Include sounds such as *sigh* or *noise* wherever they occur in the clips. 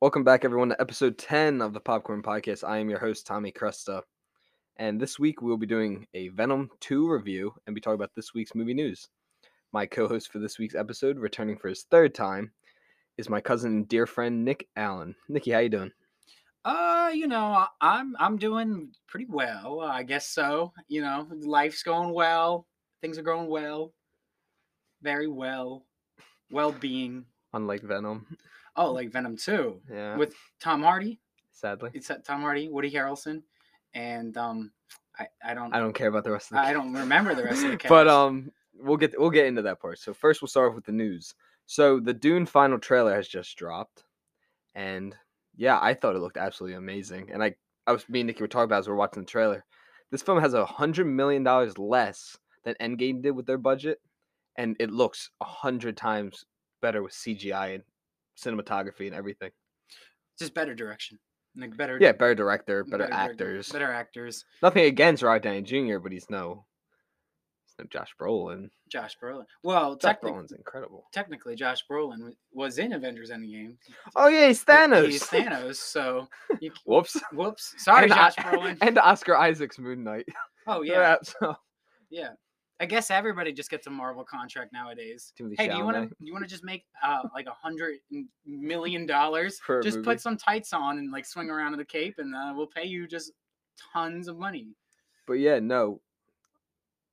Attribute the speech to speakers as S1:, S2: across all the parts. S1: Welcome back, everyone, to episode 10 of the Popcorn Podcast. I am your host, Tommy Cresta. And this week we'll be doing a Venom 2 review and be talking about this week's movie news. My co host for this week's episode, returning for his third time, is my cousin and dear friend, Nick Allen. Nicky, how you doing?
S2: Uh, you know, I- I'm I'm doing pretty well. I guess so. You know, life's going well. Things are going well. Very well. Well-being.
S1: Unlike Venom.
S2: Oh, like Venom 2
S1: Yeah.
S2: with Tom Hardy.
S1: sadly.
S2: It's uh, Tom Hardy, Woody Harrelson, and um I I don't
S1: I don't care about the rest of the
S2: I don't remember the rest of the cast.
S1: *laughs* But um, we'll get we'll get into that part. So first, we'll start off with the news. So the Dune final trailer has just dropped, and yeah, I thought it looked absolutely amazing. And I I was me and Nikki were talking about as we are watching the trailer. This film has a hundred million dollars less than Endgame did with their budget, and it looks a hundred times better with CGI and cinematography and everything.
S2: just better direction. Like better
S1: Yeah, better director, better,
S2: dir-
S1: actors.
S2: Better actors.
S1: Nothing against Robert Downey Jr., but he's no, he's no Josh Brolin.
S2: Josh Brolin. Well,
S1: Josh
S2: technic-
S1: Brolin's incredible.
S2: technically Josh Brolin w- was in Avengers Endgame.
S1: Oh yeah, he's Thanos. *laughs*
S2: He's *laughs* Thanos, so you, c-
S1: Whoops.
S2: Whoops. Sorry,
S1: and,
S2: Josh
S1: O-
S2: Brolin.
S1: *laughs* and Oscar Isaac's Moon Knight. *laughs*
S2: oh yeah.
S1: Yeah. so,
S2: Yeah. I guess everybody just gets a Marvel contract nowadays.
S1: Timothy
S2: Hey, do you want
S1: Chalamet.
S2: to you want to just make uh, like a hundred and- million dollars?
S1: For a
S2: Just
S1: movie.
S2: put some tights on and like swing around in the cape, and uh, we'll pay you just tons of money.
S1: But yeah, no.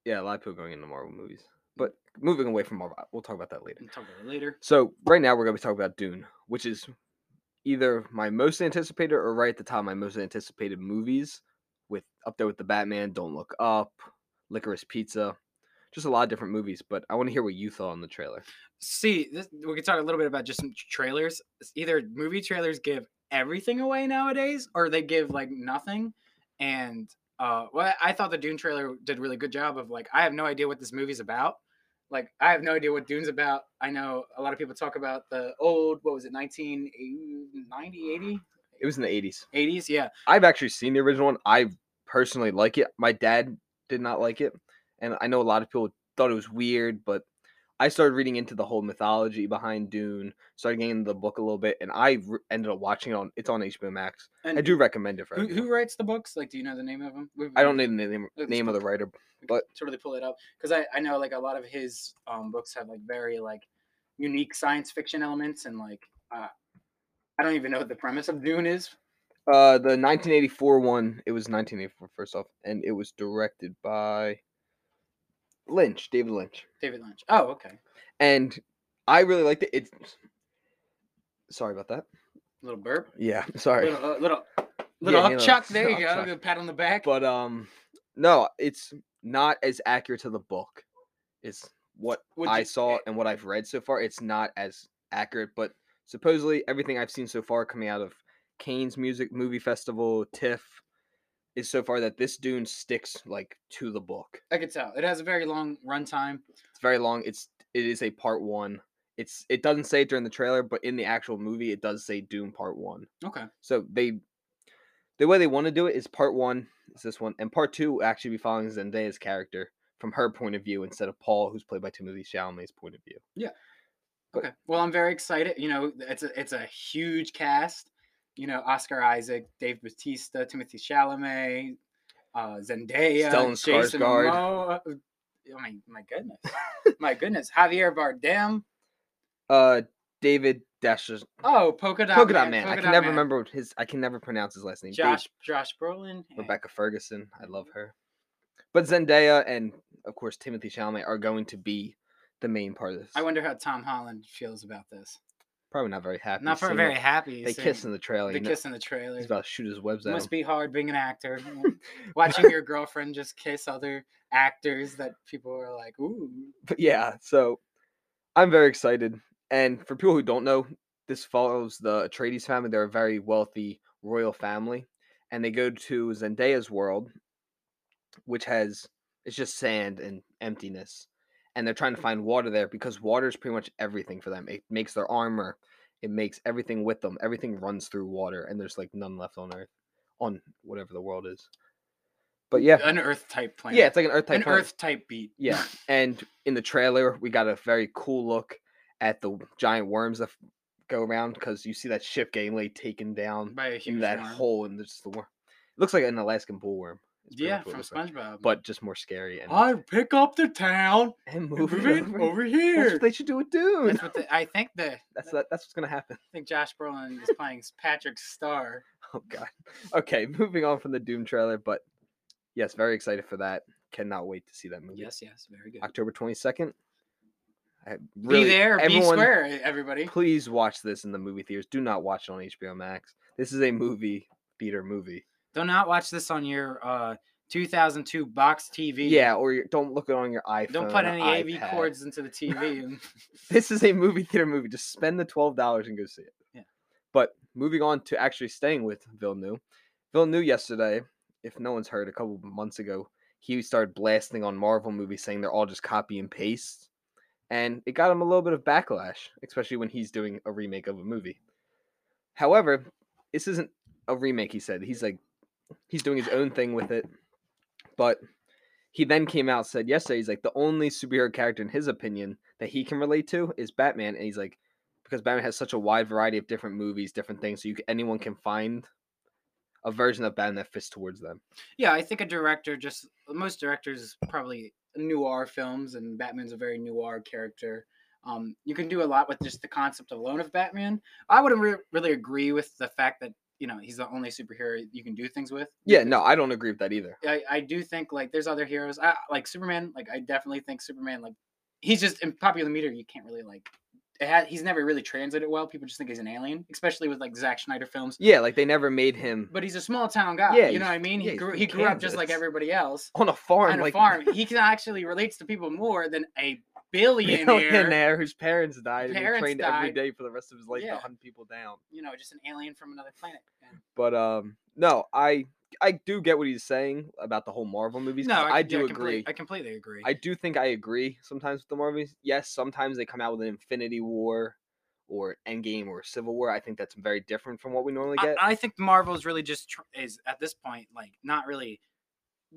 S1: Yeah, a lot of people going into Marvel movies. But moving away from Marvel, we'll talk about that later.
S2: And talk about it later.
S1: So right now we're gonna be talking about Dune, which is either my most anticipated or right at the top of my most anticipated movies. With up there with the Batman, Don't Look Up, Licorice Pizza, just a lot of different movies. But I want to hear what you thought on the trailer.
S2: See, this, we could talk a little bit about just some tr- trailers. It's Either movie trailers give everything away nowadays, or they give like nothing. And uh, well, I thought the Dune trailer did a really good job of like, I have no idea what this movie's about. Like, I have no idea what Dune's about. I know a lot of people talk about the old, what was it, 1990, 80?
S1: It was in the '80s.
S2: 80s? Yeah.
S1: I've actually seen the original one. I personally like it. My dad did not like it, and I know a lot of people thought it was weird, but I started reading into the whole mythology behind Dune, started getting into the book a little bit, and I re- ended up watching it on. It's on HBO Max.
S2: And
S1: I do recommend it for.
S2: Who,
S1: everyone.
S2: who writes the books? Like, do you know the name of them?
S1: I don't know the name
S2: It's
S1: name of the writer.
S2: We
S1: But-
S2: could totally pull it up because I, I know like a lot of his um, books have like very like unique science fiction elements and like uh, I don't even know what the premise of Dune is.
S1: Uh, the 1984 one. It was 1984 first off, and it was directed by Lynch, David Lynch.
S2: David Lynch. Oh, okay.
S1: and I really liked it. It's sorry about that.
S2: Little burp.
S1: Yeah, *laughs* sorry.
S2: Little uh, little little
S1: Yeah,
S2: up
S1: you know, *laughs*
S2: chuck. There you go.
S1: upchuck.
S2: Little pat on the back.
S1: But um, no, it's not as accurate to the book. It's what
S2: Would
S1: I
S2: you-
S1: saw and what I've read so far. It's not as accurate, but supposedly everything I've seen so far coming out of Kane's Music Movie Festival TIFF is so far that this Dune sticks like to the book.
S2: I could tell it has a very long runtime.
S1: It's very long. It's it is a part one. It's it doesn't say it during the trailer, but in the actual movie, it does say Dune Part One.
S2: Okay.
S1: So they the way they want to do it is part one is this one, and part two will actually be following Zendaya's character from her point of view instead of Paul, who's played by Timothy Chalamet's point of view. But-
S2: Okay. Well, I'm very excited. You know, it's a it's a huge cast. You know, Oscar Isaac, Dave Bautista, Timothy Chalamet, uh, Zendaya,
S1: Stellan
S2: Jason
S1: Skarsgård.
S2: Momoa. Oh my my
S1: *laughs*
S2: goodness, my goodness, Javier Bardem.
S1: Uh, David Dash
S2: Oh, polka dot
S1: Polka Dot
S2: man.
S1: Man. I
S2: Polka
S1: can
S2: Dot
S1: never
S2: Man.
S1: remember what his. I can never pronounce his last name. Dave-
S2: Josh Josh Brolin. and-
S1: Rebecca Ferguson. I love her. But Zendaya and of course Timothy Chalamet are going to be the main part of this.
S2: I wonder how Tom Holland feels about this.
S1: Probably not very happy.
S2: Not for
S1: seeing
S2: very
S1: that
S2: happy.
S1: They
S2: seeing
S1: kiss in the trailer.
S2: the
S1: you know,
S2: kiss in the trailer.
S1: He's about to shoot his webs at him.
S2: Must be hard being
S1: *laughs*
S2: an actor. you know, Watching your girlfriend just kiss other actors that people are like, ooh.
S1: but yeah, so I'm very excited. And for people who don't know, this follows the Atreides family. They're a very wealthy royal family, and they go to Zendaya's world, which has it's just sand and emptiness. And they're trying to find water there because water is pretty much everything for them. It makes their armor, it makes everything with them. Everything runs through water, and there's like none left on Earth, on whatever the world is. But yeah,
S2: An Earth type planet.
S1: yeah, it's like an Earth type
S2: an
S1: planet.
S2: Earth type beat.
S1: Yeah, and in the trailer, we got a very cool look at the giant worms that f- go around because you see that ship getting like taken down
S2: *laughs* by a
S1: in
S2: huge
S1: that
S2: worm.
S1: hole and there's the worm. It looks like an Alaskan bullworm. It's pretty
S2: yeah
S1: much what it
S2: from
S1: looks like,
S2: SpongeBob.
S1: But just more scary and,
S2: I pick up
S1: *laughs*
S2: the town
S1: and
S2: and move
S1: move it
S2: it
S1: over.
S2: over
S1: That's
S2: here.
S1: what they should do with Dune.
S2: That's what the, I think the I
S1: That's that, that's what's gonna happen. *laughs*
S2: think Josh Brolin is playing Patrick Star.
S1: Oh god. Okay, moving on from the Doom trailer, but yes, very excited for that. Cannot wait to see that movie.
S2: Yes, yes, very good.
S1: October twenty second.
S2: be there, be square, everybody.
S1: Please watch this in the movie theaters. Do not watch it on HBO Max. This is a movie theater movie.
S2: Do not watch this on your uh 2002 box TV.
S1: Yeah, or your, don't look it on your iPhone.
S2: Don't put
S1: or
S2: any AV
S1: uh, iPad.
S2: cords into the TV. and- *laughs*
S1: This is a movie theater movie. Just spend the twelve dollars and go see it.
S2: Yeah.
S1: But moving on to actually staying with Villeneuve. Villeneuve yesterday, if no one's heard, a couple months ago, he started blasting on Marvel movies, saying they're all just copy and paste, and it got him a little bit of backlash, especially when he's doing a remake of a movie. However, this isn't a remake. He said he's like he's doing his own thing with it, but he then came out and said yesterday he's like the only superhero character in his opinion that he can relate to is Batman, and he's like because Batman has such a wide variety of different movies, different things, so you c- anyone can find a version of Batman that fits towards them.
S2: yeah, I think a director just most directors probably noir films, and Batman's a very noir character. Um, you can do a lot with just the concept alone of Batman. I wouldn't re- really agree with the fact that you know he's the only superhero you can do things with.
S1: Yeah, no, I don't agree with that either.
S2: I, I do think like there's other heroes I, like Superman. Like I definitely think Superman like he's just in popular meter. You can't really like it ha- he's never really translated well. People just think he's an alien, especially with like Zack Snyder films.
S1: Yeah, like they never made him
S2: But he's a small town guy.
S1: Yeah,
S2: you know
S1: he's-
S2: what I mean.
S1: yeah,
S2: he
S1: he's
S2: grew
S1: from
S2: he grew up just like
S1: Kansas.
S2: everybody else
S1: on a farm,
S2: on
S1: like *laughs*
S2: a farm. He can actually relates to people more than a billionaire.
S1: millionaire whose parents died and he
S2: Parents
S1: trained every
S2: died.
S1: day for the rest of his life
S2: Yeah.
S1: to hunt people down.
S2: You know, just an alien from another planet. And-
S1: But um, no, I I do get what he's saying about the whole Marvel movies. 'cause I,
S2: yeah,
S1: do
S2: complete-
S1: agree.
S2: I completely agree.
S1: I do think I agree sometimes with the Marvels. Yes, sometimes they come out with an Infinity War or Endgame or Civil War. I think that's very different from what we normally
S2: I,
S1: get.
S2: I think Marvel's really just tr- is at this point like not really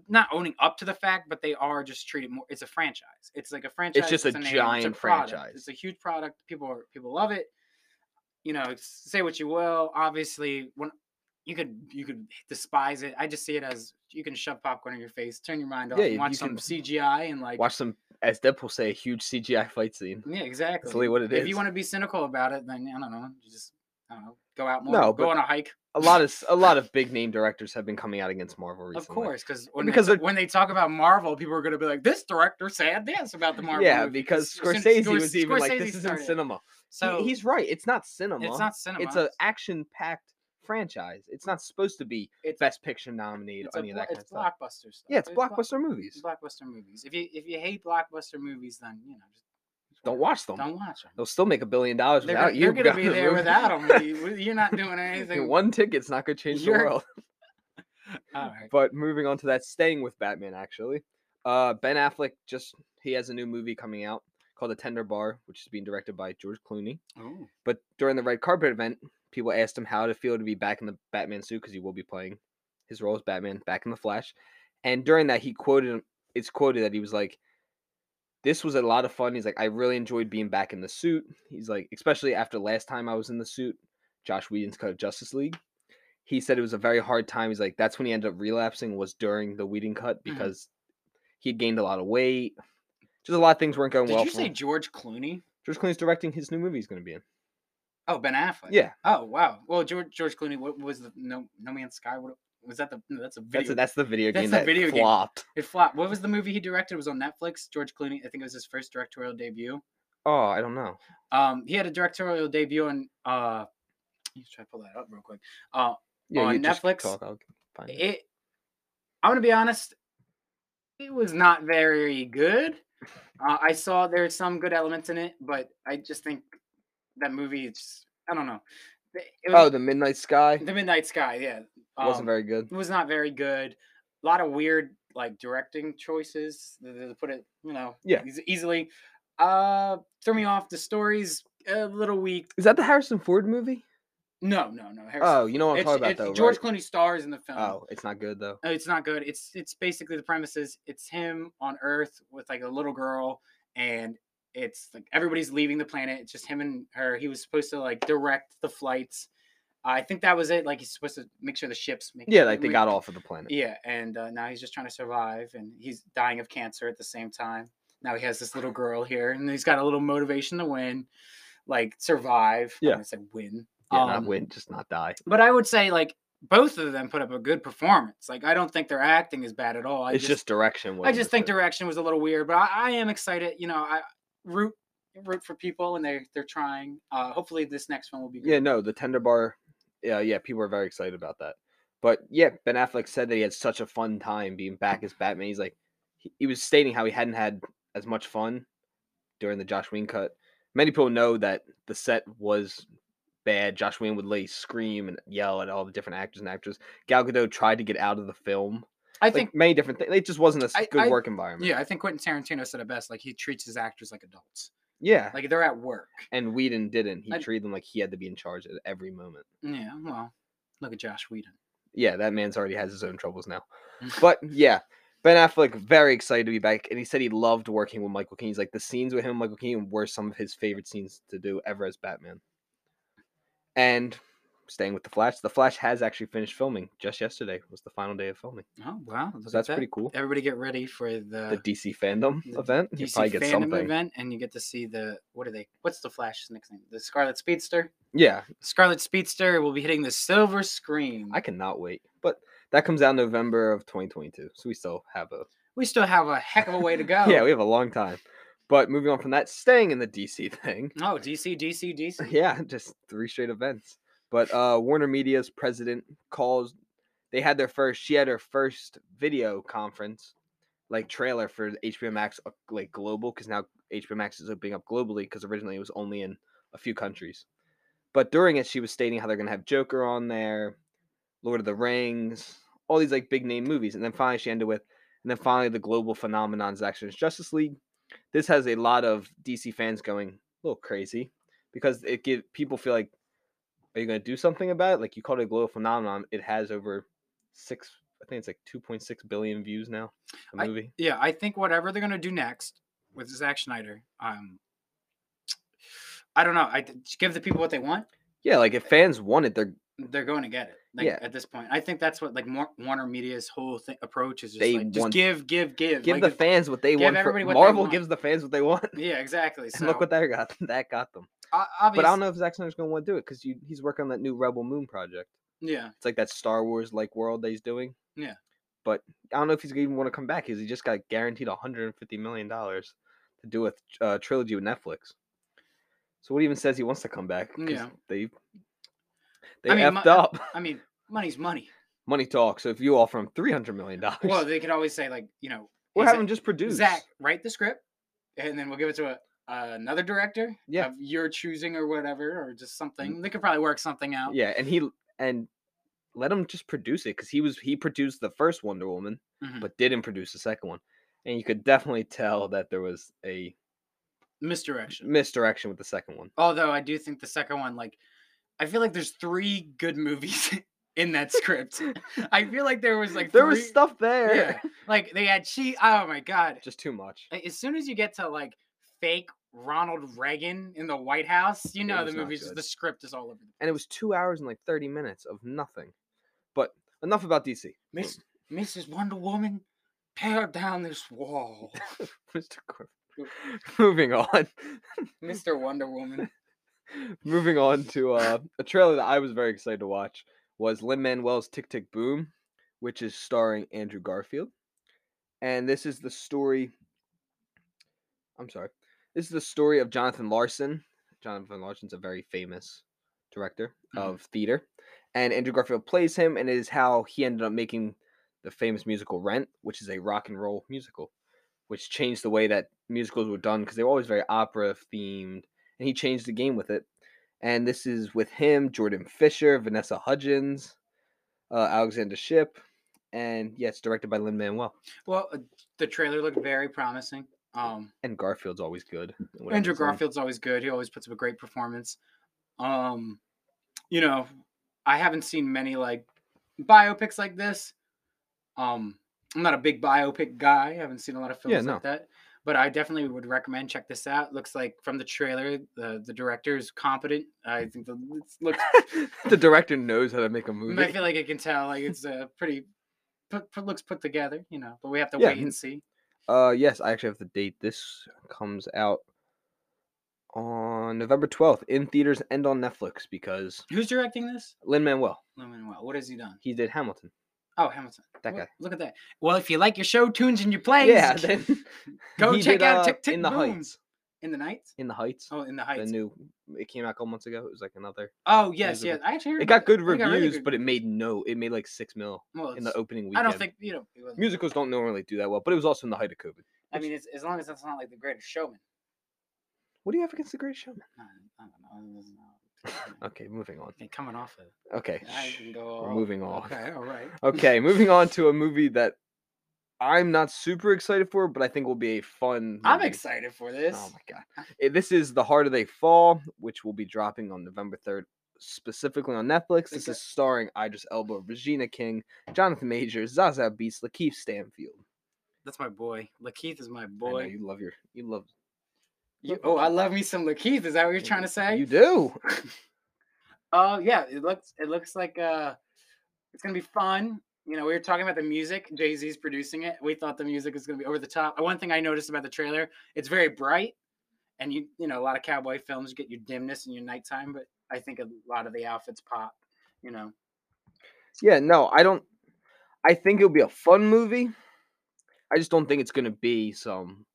S2: not owning up to the fact, but they are just treated more. It's a franchise. It's like a franchise.
S1: just a
S2: name, it's
S1: giant
S2: product,
S1: franchise.
S2: It's a huge product. People are people love it. You know, s- say what you will. Obviously, when you could you could despise it. I just see it as you can shove popcorn in your face, turn your mind off,
S1: Yeah,
S2: and
S1: you-
S2: watch
S1: you
S2: some
S1: can
S2: CGI and like
S1: Watch some, as Deadpool say, a huge CGI fight scene.
S2: yeah, exactly.
S1: really what it
S2: if
S1: is.
S2: you want to be cynical about it, then I don't know. You just I don't know. Go out more.
S1: No,
S2: go
S1: but
S2: on a hike.
S1: A lot of s- a lot of big name directors have been coming out against Marvel recently.
S2: Of course, because when
S1: because
S2: they,
S1: they're-
S2: when they talk about Marvel, people are going to be like, "This director said this about the Marvel."
S1: yeah,
S2: movie,"
S1: because
S2: as
S1: Scorsese
S2: soon-
S1: was even like,
S2: Scorsese
S1: "This isn't
S2: started it.
S1: cinema."
S2: So
S1: he, he's right. It's not cinema.
S2: it's not cinema.
S1: It's an action-packed franchise. It's not supposed to be
S2: It's-
S1: Best Picture nominated
S2: it's,
S1: or
S2: a
S1: any of
S2: blo-
S1: that kind of
S2: it's
S1: stuff.
S2: blockbuster stuff.
S1: yeah, it's
S2: blo-
S1: blockbuster movies.
S2: it's blockbuster movies. If you if you hate blockbuster movies, then you know just just
S1: Don't
S2: whatever.
S1: watch them.
S2: Don't watch them.
S1: They'll still make a billion dollars
S2: They're,
S1: without
S2: gonna-
S1: you. *laughs*
S2: they're going to
S1: going
S2: be
S1: the
S2: there
S1: movie.
S2: without
S1: *laughs*
S2: them. You're not doing
S1: Your
S2: anything.
S1: one ticket's not gonna change the
S2: You're-
S1: world. *laughs*
S2: All right.
S1: But moving on to that, staying with Batman actually. Uh, ben Affleck just he has a new movie coming out called The Tender Bar, which is being directed by George Clooney.
S2: Ooh.
S1: But during the red carpet event, people asked him how to feel to be back in the Batman suit because he will be playing his role as Batman back in the Flash. And during that, he quoted it's quoted that he was like, "This was a lot of fun." He's like, "I really enjoyed being back in the suit." He's like, "Especially after last time I was in the suit, Josh Whedon's cut of Justice League." He said it was a very hard time. He's like, "That's when he ended up relapsing was during the Whedon cut
S2: Mm-hmm.
S1: because he had gained a lot of weight. Just a lot of things weren't going
S2: Did
S1: well."
S2: you
S1: for
S2: say
S1: him.
S2: George Clooney?
S1: George Clooney's directing his new movie he's going to be in?
S2: Oh, Ben Affleck.
S1: Yeah.
S2: Oh wow. Well, George George Clooney. What was the No No Man's Sky? What was that? The no, that's a video.
S1: That's a, that's the video
S2: That's
S1: game
S2: the
S1: that
S2: video game.
S1: flopped.
S2: It flopped. What was the movie he directed? It was on Netflix. George Clooney. I think it was his first directorial debut.
S1: Oh, I don't know.
S2: Um, he had a directorial debut on. Uh, let's try to pull that up real quick. Uh, On
S1: you just
S2: Netflix,
S1: talk, I'll find it.
S2: it. I'm gonna be honest. It was not very good. Uh, I saw there's some good elements in it, but I just think that movie. It's I don't know. Th- It
S1: Oh,
S2: was,
S1: the Midnight Sky
S2: the Midnight Sky. Yeah,
S1: wasn't
S2: um,
S1: very good.
S2: it was not very good. A lot of weird like directing choices to, to put it, you know,
S1: Yeah.
S2: eas- easily. Uh, threw me off. The story's a little weak.
S1: Is that the Harrison Ford movie?
S2: No, no, no. Harrison-
S1: Oh, you know what I'm
S2: it's,
S1: talking about
S2: it's
S1: though,
S2: George
S1: right?
S2: Clooney stars in the film.
S1: Oh, it's not good though.
S2: Uh, it's not good. It's it's basically the premise is it's him on Earth with like a little girl, and it's like everybody's leaving the planet. It's just him and her. He was supposed to like direct the flights. I think that was it. Like he's supposed to make sure the ships. Make,
S1: Yeah, like they
S2: make-
S1: got off of the planet.
S2: Yeah, and uh, now he's just trying to survive, and he's dying of cancer at the same time. Now he has this little girl here, and he's got a little motivation to win, like survive. I
S1: Yeah.
S2: almost said win.
S1: Yeah, not
S2: Um,
S1: win, just not die.
S2: But I would say like both of them put up a good performance. Like I don't think their acting is bad at all. I
S1: it's just, direction.
S2: I
S1: wasn't
S2: just
S1: as
S2: think
S1: good.
S2: direction was a little weird, but I, I am excited. You know, I root root for people and they're they're trying. Uh, hopefully, this next one will be good.
S1: Yeah, no, the tender bar. Yeah, yeah, people are very excited about that. But yeah, Ben Affleck said that he had such a fun time being back as Batman. He's like, he, he was stating how he hadn't had as much fun during the Josh Whedon cut. Many people know that the set was bad. Josh Whedon would lay scream and yell at all the different actors and actresses. Gal Gadot tried to get out of the film.
S2: I
S1: I think
S2: think.
S1: many different things. It just wasn't a s-
S2: I-
S1: good
S2: I-
S1: work environment.
S2: Yeah, I think Quentin Tarantino said it best. Like he treats his actors like adults.
S1: Yeah.
S2: Like they're at work.
S1: and Whedon didn't. He
S2: I-
S1: treated them like he had to be in charge at every moment.
S2: Yeah. Well, look at Josh Whedon.
S1: yeah, that man's already has his own troubles now.
S2: Mm.
S1: But yeah, Ben Affleck very excited to be back, and he said he loved working with Michael Keaton. He's like the scenes with him, and Michael Keaton, were some of his favorite scenes to do ever as Batman. And staying with the Flash, the Flash has actually finished filming. Just yesterday was the final day of filming,
S2: Oh wow,
S1: so that's pretty cool.
S2: Everybody get ready for
S1: The
S2: the.
S1: DC fandom
S2: the
S1: event, you
S2: DC
S1: probably get
S2: fandom
S1: something.
S2: event, and you get to see the what are they? What's the Flash's next name? The Scarlet Speedster.
S1: Yeah,
S2: Scarlet Speedster will be hitting the silver screen.
S1: I cannot wait. But that comes out November of 2022, so we still have a
S2: we still have a heck of a way to go.
S1: *laughs* yeah, we have a long time. But moving on from that, staying in the DC *laughs* thing,
S2: Oh, DC, DC, *laughs*
S1: *laughs*
S2: DC.
S1: yeah, just three straight events. But uh, Warner Media's president calls. They had their first. She had her first video conference, like trailer for the HBO Max, uh, like global, because now HBO Max is opening up globally. Because originally it was only in a few countries. But during it, she was stating how they're gonna have Joker on there, Lord of the Rings, all these like big name movies, and then finally she ended with, and then finally the global phenomenon is actually Justice League. This has a lot of DC fans going a little crazy because it give people feel like are you going to do something about it like you called it a global phenomenon it has over six i think it's like 2.6 billion views now the
S2: I-
S1: movie
S2: Yeah, I think whatever they're gonna do next with Zack Snyder, um, I don't know. I th- just give the people what they want.
S1: yeah like if fans want it they're
S2: They're going to get it. Like
S1: Yeah.
S2: at this point, I think that's what like Mar- Warner Media's whole thi- approach is just
S1: They
S2: like just
S1: want-
S2: give, give, give.
S1: give
S2: like,
S1: the
S2: if-
S1: fans what they
S2: give
S1: want for-
S2: everybody what they
S1: marvel
S2: want.
S1: gives the fans what they want and
S2: Yeah, exactly. So
S1: look what that got *laughs* that got them
S2: obviously,
S1: but i don't know if Zack snyder's going to want to do it because he's working on that new rebel moon project
S2: Yeah,
S1: it's like that star wars like world that he's doing
S2: Yeah.
S1: but i don't know if he's going to even want to come back because he just got guaranteed 150 million dollars to do a th- uh, trilogy with netflix so what even says he wants to come back 'Cause
S2: Yeah.
S1: they they
S2: I mean,
S1: effed
S2: my-
S1: up *laughs*
S2: I mean, money's money.
S1: money talk so if you offer him 300 million dollars *laughs*
S2: Well, they could always say like you know,
S1: or
S2: "Hey,
S1: have
S2: Zack-
S1: him just produce
S2: Zach, write the script, and then we'll give it to a, another director
S1: Yeah. Mm-hmm.
S2: of your choosing or whatever, or just something. They could probably work something out.
S1: yeah and he and let him just produce it because he was he produced the first wonder woman
S2: Mhm.
S1: but didn't produce the second one and you could definitely tell that there was a Mm-hmm.
S2: Misdirection.
S1: misdirection with the second one
S2: Although I do think the second one, like, I feel like there's three good movies *laughs* in
S1: *laughs*
S2: that script. I feel like there was like
S1: there
S2: three,
S1: was stuff there.
S2: Yeah, like they had she. Oh my god!
S1: *laughs* Just too much.
S2: A- As soon as you get to like fake Ronald Reagan in the White House, you know the
S1: was not
S2: movies.
S1: good.
S2: The script is all over. The
S1: And it was two hours and like 30 minutes of nothing. But enough about Hmm. DC. *laughs*
S2: Miss, Mrs. Wonder Woman, tear down
S1: *laughs*
S2: this wall.
S1: Mr.
S2: Go-
S1: Corbin. moving on.
S2: Mr. Wonder Woman.
S1: Moving on to uh, a trailer that I was very excited to watch was Lin Manuel's Tick Tick Boom, which is starring Andrew Garfield. And this is the story. I'm sorry. This is the story of Jonathan Larson. Jonathan Larson's a very famous director
S2: Mhm.
S1: of theater. And Andrew Garfield plays him, and it is how he ended up making the famous musical Rent, which is a rock and roll musical, which changed the way that musicals were done because they were always very opera themed. And he changed the game with it. And this is with him, Jordan Fisher, Vanessa Hudgens, uh, Alexander Ship, and yeah, it's directed by Lin Manuel.
S2: Well, uh, the trailer looked very promising. Um,
S1: And Garfield's always good. in whatever
S2: Andrew
S1: he's in.
S2: Garfield's always good. He always puts up a great performance. Um, you know, I haven't seen many like biopics like this. Um, I'm not a big biopic guy. I haven't seen a lot of films
S1: Yeah, no.
S2: like that. but I definitely would recommend check this out. Looks like from the trailer, the the director is competent. I think the it looks.
S1: *laughs* the director knows how to make a *laughs* movie.
S2: I feel like I can tell like it's a pretty put, put, looks put together, you know. But we have to
S1: Yeah.
S2: wait and see.
S1: Uh, yes, I actually have the date. This comes out on November 12th in theaters and on Netflix because
S2: Who's directing this?
S1: Lin Manuel,
S2: Lin Manuel. What has he done?
S1: he did Hamilton.
S2: Oh, Hamilton.
S1: That
S2: Wha-
S1: guy.
S2: Look at that. Well, if you like your show tunes and your plays, *laughs*
S1: yeah, *laughs* then
S2: go
S1: he
S2: check
S1: did,
S2: out
S1: uh,
S2: Tick Tick
S1: in the
S2: Boom.
S1: heights.
S2: In the Nights.
S1: In the heights,
S2: Oh, in the
S1: the
S2: Heights.
S1: new. It came out a couple months ago. It was like another.
S2: oh yes,
S1: musical.
S2: yes. I actually heard
S1: It
S2: about
S1: got good
S2: *laughs* that. It
S1: reviews,
S2: really good
S1: but it
S2: reviews.
S1: made no. It made like six mil
S2: well,
S1: in the
S2: it's-
S1: opening weekend.
S2: I don't think you know. It wasn't-
S1: musicals don't normally do that well, but it was also in the height of COVID.
S2: I mean, it's, as long as it's not like The Greatest Showman.
S1: What do you have against the Great
S2: *laughs*
S1: Showman?
S2: I I don't know. I don't
S1: *laughs*
S2: know.
S1: Okay, moving on.
S2: Okay, coming off of.
S1: Okay,
S2: I
S1: shh,
S2: can go.
S1: we're
S2: all-
S1: moving on.
S2: Okay,
S1: *laughs*
S2: all right.
S1: Okay, moving on to a movie that I'm not super excited for, but I think will be a fun.
S2: I'm
S1: movie.
S2: excited for this.
S1: Oh my god! Eh, This is The Harder They Fall, which will be dropping on November 3rd, specifically on Netflix. This
S2: Okay.
S1: is starring Idris Elba, Regina King, Jonathan Majors, Zaza Beetz, Lakeith Stanfield.
S2: That's my boy. Lakeith is my
S1: I know
S2: boy.
S1: you love your, you love.
S2: You- oh, I love me some Lakeith. Is that what you're trying to say?
S1: You do.
S2: Oh yeah, it looks it looks like uh, it's gonna be fun. You know, we were talking about the music. Jay Z's producing it. We thought the music was gonna be over the top. Uh, One thing I noticed about the trailer, it's very bright, and you you know a lot of cowboy films get your dimness and your nighttime, but I think a lot of the outfits pop. You know,
S1: Yeah, no, I don't. I think it'll be a fun movie. I just don't think it's gonna be some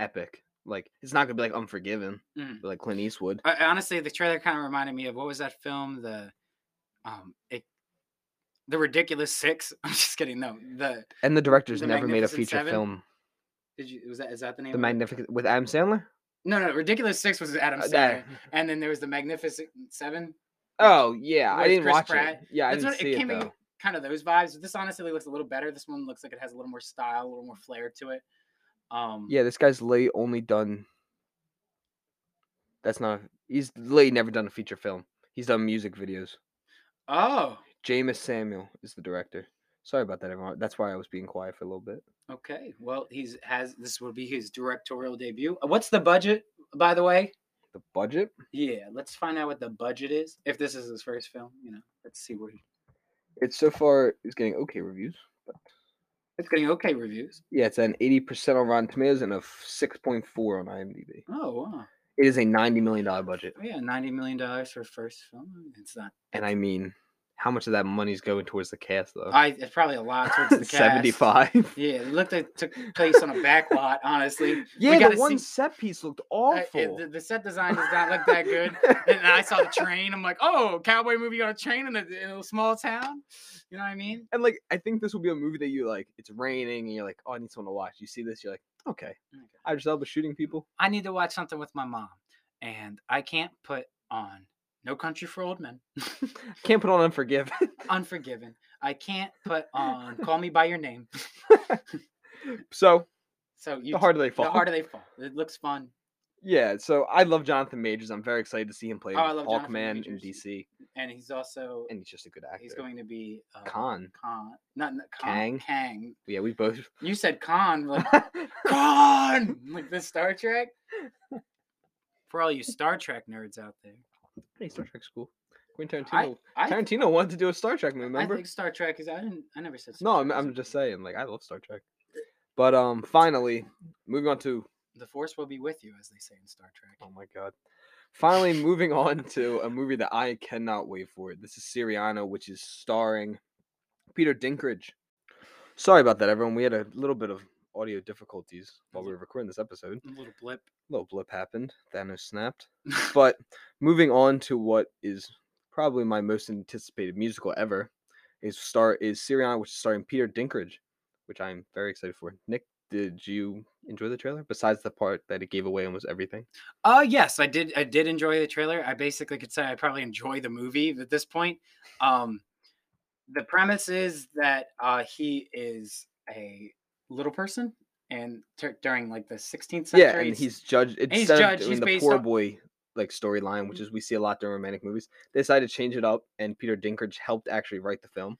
S1: epic. Like it's not gonna be like Unforgiven,
S2: Mm.
S1: like Clint Eastwood.
S2: I, honestly, the trailer kind of reminded me of what was that film? The um, it, the ridiculous six. *laughs* I'm just kidding. No, the
S1: And the director's
S2: The
S1: never made a
S2: Magnificent
S1: feature
S2: Seven?
S1: film.
S2: did you was that is that the name?
S1: The
S2: of it?
S1: Magnificent with Adam Sandler.
S2: No, no, ridiculous six was Adam
S1: Uh,
S2: Sandler.
S1: that-
S2: And then there was the Magnificent Seven.
S1: oh yeah, I
S2: With
S1: didn't
S2: Chris
S1: watch
S2: Pratt.
S1: it. Yeah, I
S2: That's
S1: didn't
S2: what- it
S1: see it
S2: came in-
S1: though.
S2: Kind of those vibes. This honestly looks a little better. This one looks like it has a little more style, a little more flair to it. Um,
S1: Yeah, this guy's late only done. That's not. He's late never done a feature film. He's done music videos.
S2: Oh,
S1: Jameis Samuel is the director. Sorry about that, everyone. That's why I was being quiet for a little bit.
S2: okay. Well, he's has this will be his directorial debut. Uh, What's the budget, by the way?
S1: The budget.
S2: Yeah, let's find out what the budget is. If this is his first film, you know, let's see what he,
S1: It's so far is getting okay reviews.
S2: it's getting. Okay, reviews.
S1: Yeah, it's an eighty percent on Rotten Tomatoes and a six point four on IMDb.
S2: Oh wow,
S1: It is a ninety million dollar budget,
S2: Oh, yeah, ninety million dollars for a first film. It's not.
S1: and I mean, how much of that money's going towards the cast though?
S2: I it's probably a lot towards the
S1: *laughs*
S2: cast.
S1: Seventy-five. *laughs*
S2: Yeah, it looked like it took place on a back lot. Honestly,
S1: Yeah,
S2: gotta
S1: the one
S2: see-
S1: set piece looked
S2: I- it-
S1: awful.
S2: the, the set design does not look
S1: *laughs*
S2: that good. and I saw the train. I'm like, oh, cowboy movie on a train in a, in a small town. You know what I mean?
S1: and like, I think this will be a movie that you like. It's raining, and you're like, "Oh, I need someone to watch." You see this, you're like, "Okay."
S2: Okay.
S1: I just love shooting people.
S2: I need to watch something with my mom, and I can't put on No Country for Old Men,
S1: Can't put on Unforgiven. *laughs*
S2: Unforgiven. I can't put on Call Me by Your Name. *laughs*
S1: so
S2: So you,
S1: the harder they
S2: the
S1: fall.
S2: harder they fall. It looks fun.
S1: Yeah. So I love Jonathan Majors. I'm very excited to see him play
S2: Oh, I love Jonathan
S1: Hawkman in
S2: Majors.
S1: DC,
S2: and he's also
S1: and he's just a good actor.
S2: he's going to be uh,
S1: Khan.
S2: Khan, not, not
S1: Kang?
S2: Khan, Kang.
S1: Yeah, we both. *laughs*
S2: You said Khan, like Khan, like the Star Trek. For all you Star Trek nerds out there,
S1: hey, Star Trek's cool. Quentin
S2: Mm. I-
S1: Tarantino.
S2: I, th-
S1: Tarantino wanted to do a Star Trek movie.
S2: I
S1: Remember?
S2: think Star Trek is. I didn't. I never said. Star
S1: no, I'm,
S2: Trek was
S1: I'm
S2: a
S1: just
S2: thing.
S1: saying. Like, I love Star Trek. But um, finally, moving on to
S2: The Force will be with you, as they say in Star Trek.
S1: Oh my god. Finally, moving on to a movie that I cannot wait for. This is Siriano, which is starring Peter Dinklage. Sorry about that, everyone. We had a little bit of audio difficulties while we were recording this episode.
S2: A little blip.
S1: Oh, little blip happened. Thanos snapped. But moving on to what is probably my most anticipated musical ever is star is Siriano, which is starring Peter Dinklage, which I'm very excited for. Nick, did you enjoy the trailer? Besides the part that it gave away almost everything.
S2: Uh yes, I did. I did enjoy the trailer. I basically could say I probably enjoy the movie at this point. Um, the premise is that uh, he is a little person, and tur during like the 16th century,
S1: Yeah, and
S2: it's-
S1: he's judged. Instead
S2: he's
S1: of
S2: judged,
S1: doing
S2: he's
S1: the
S2: based
S1: poor
S2: on- Mm.
S1: boy like storyline, which is we see a lot during romantic movies, they decided to change it up, and Peter Dinklage helped actually write the film.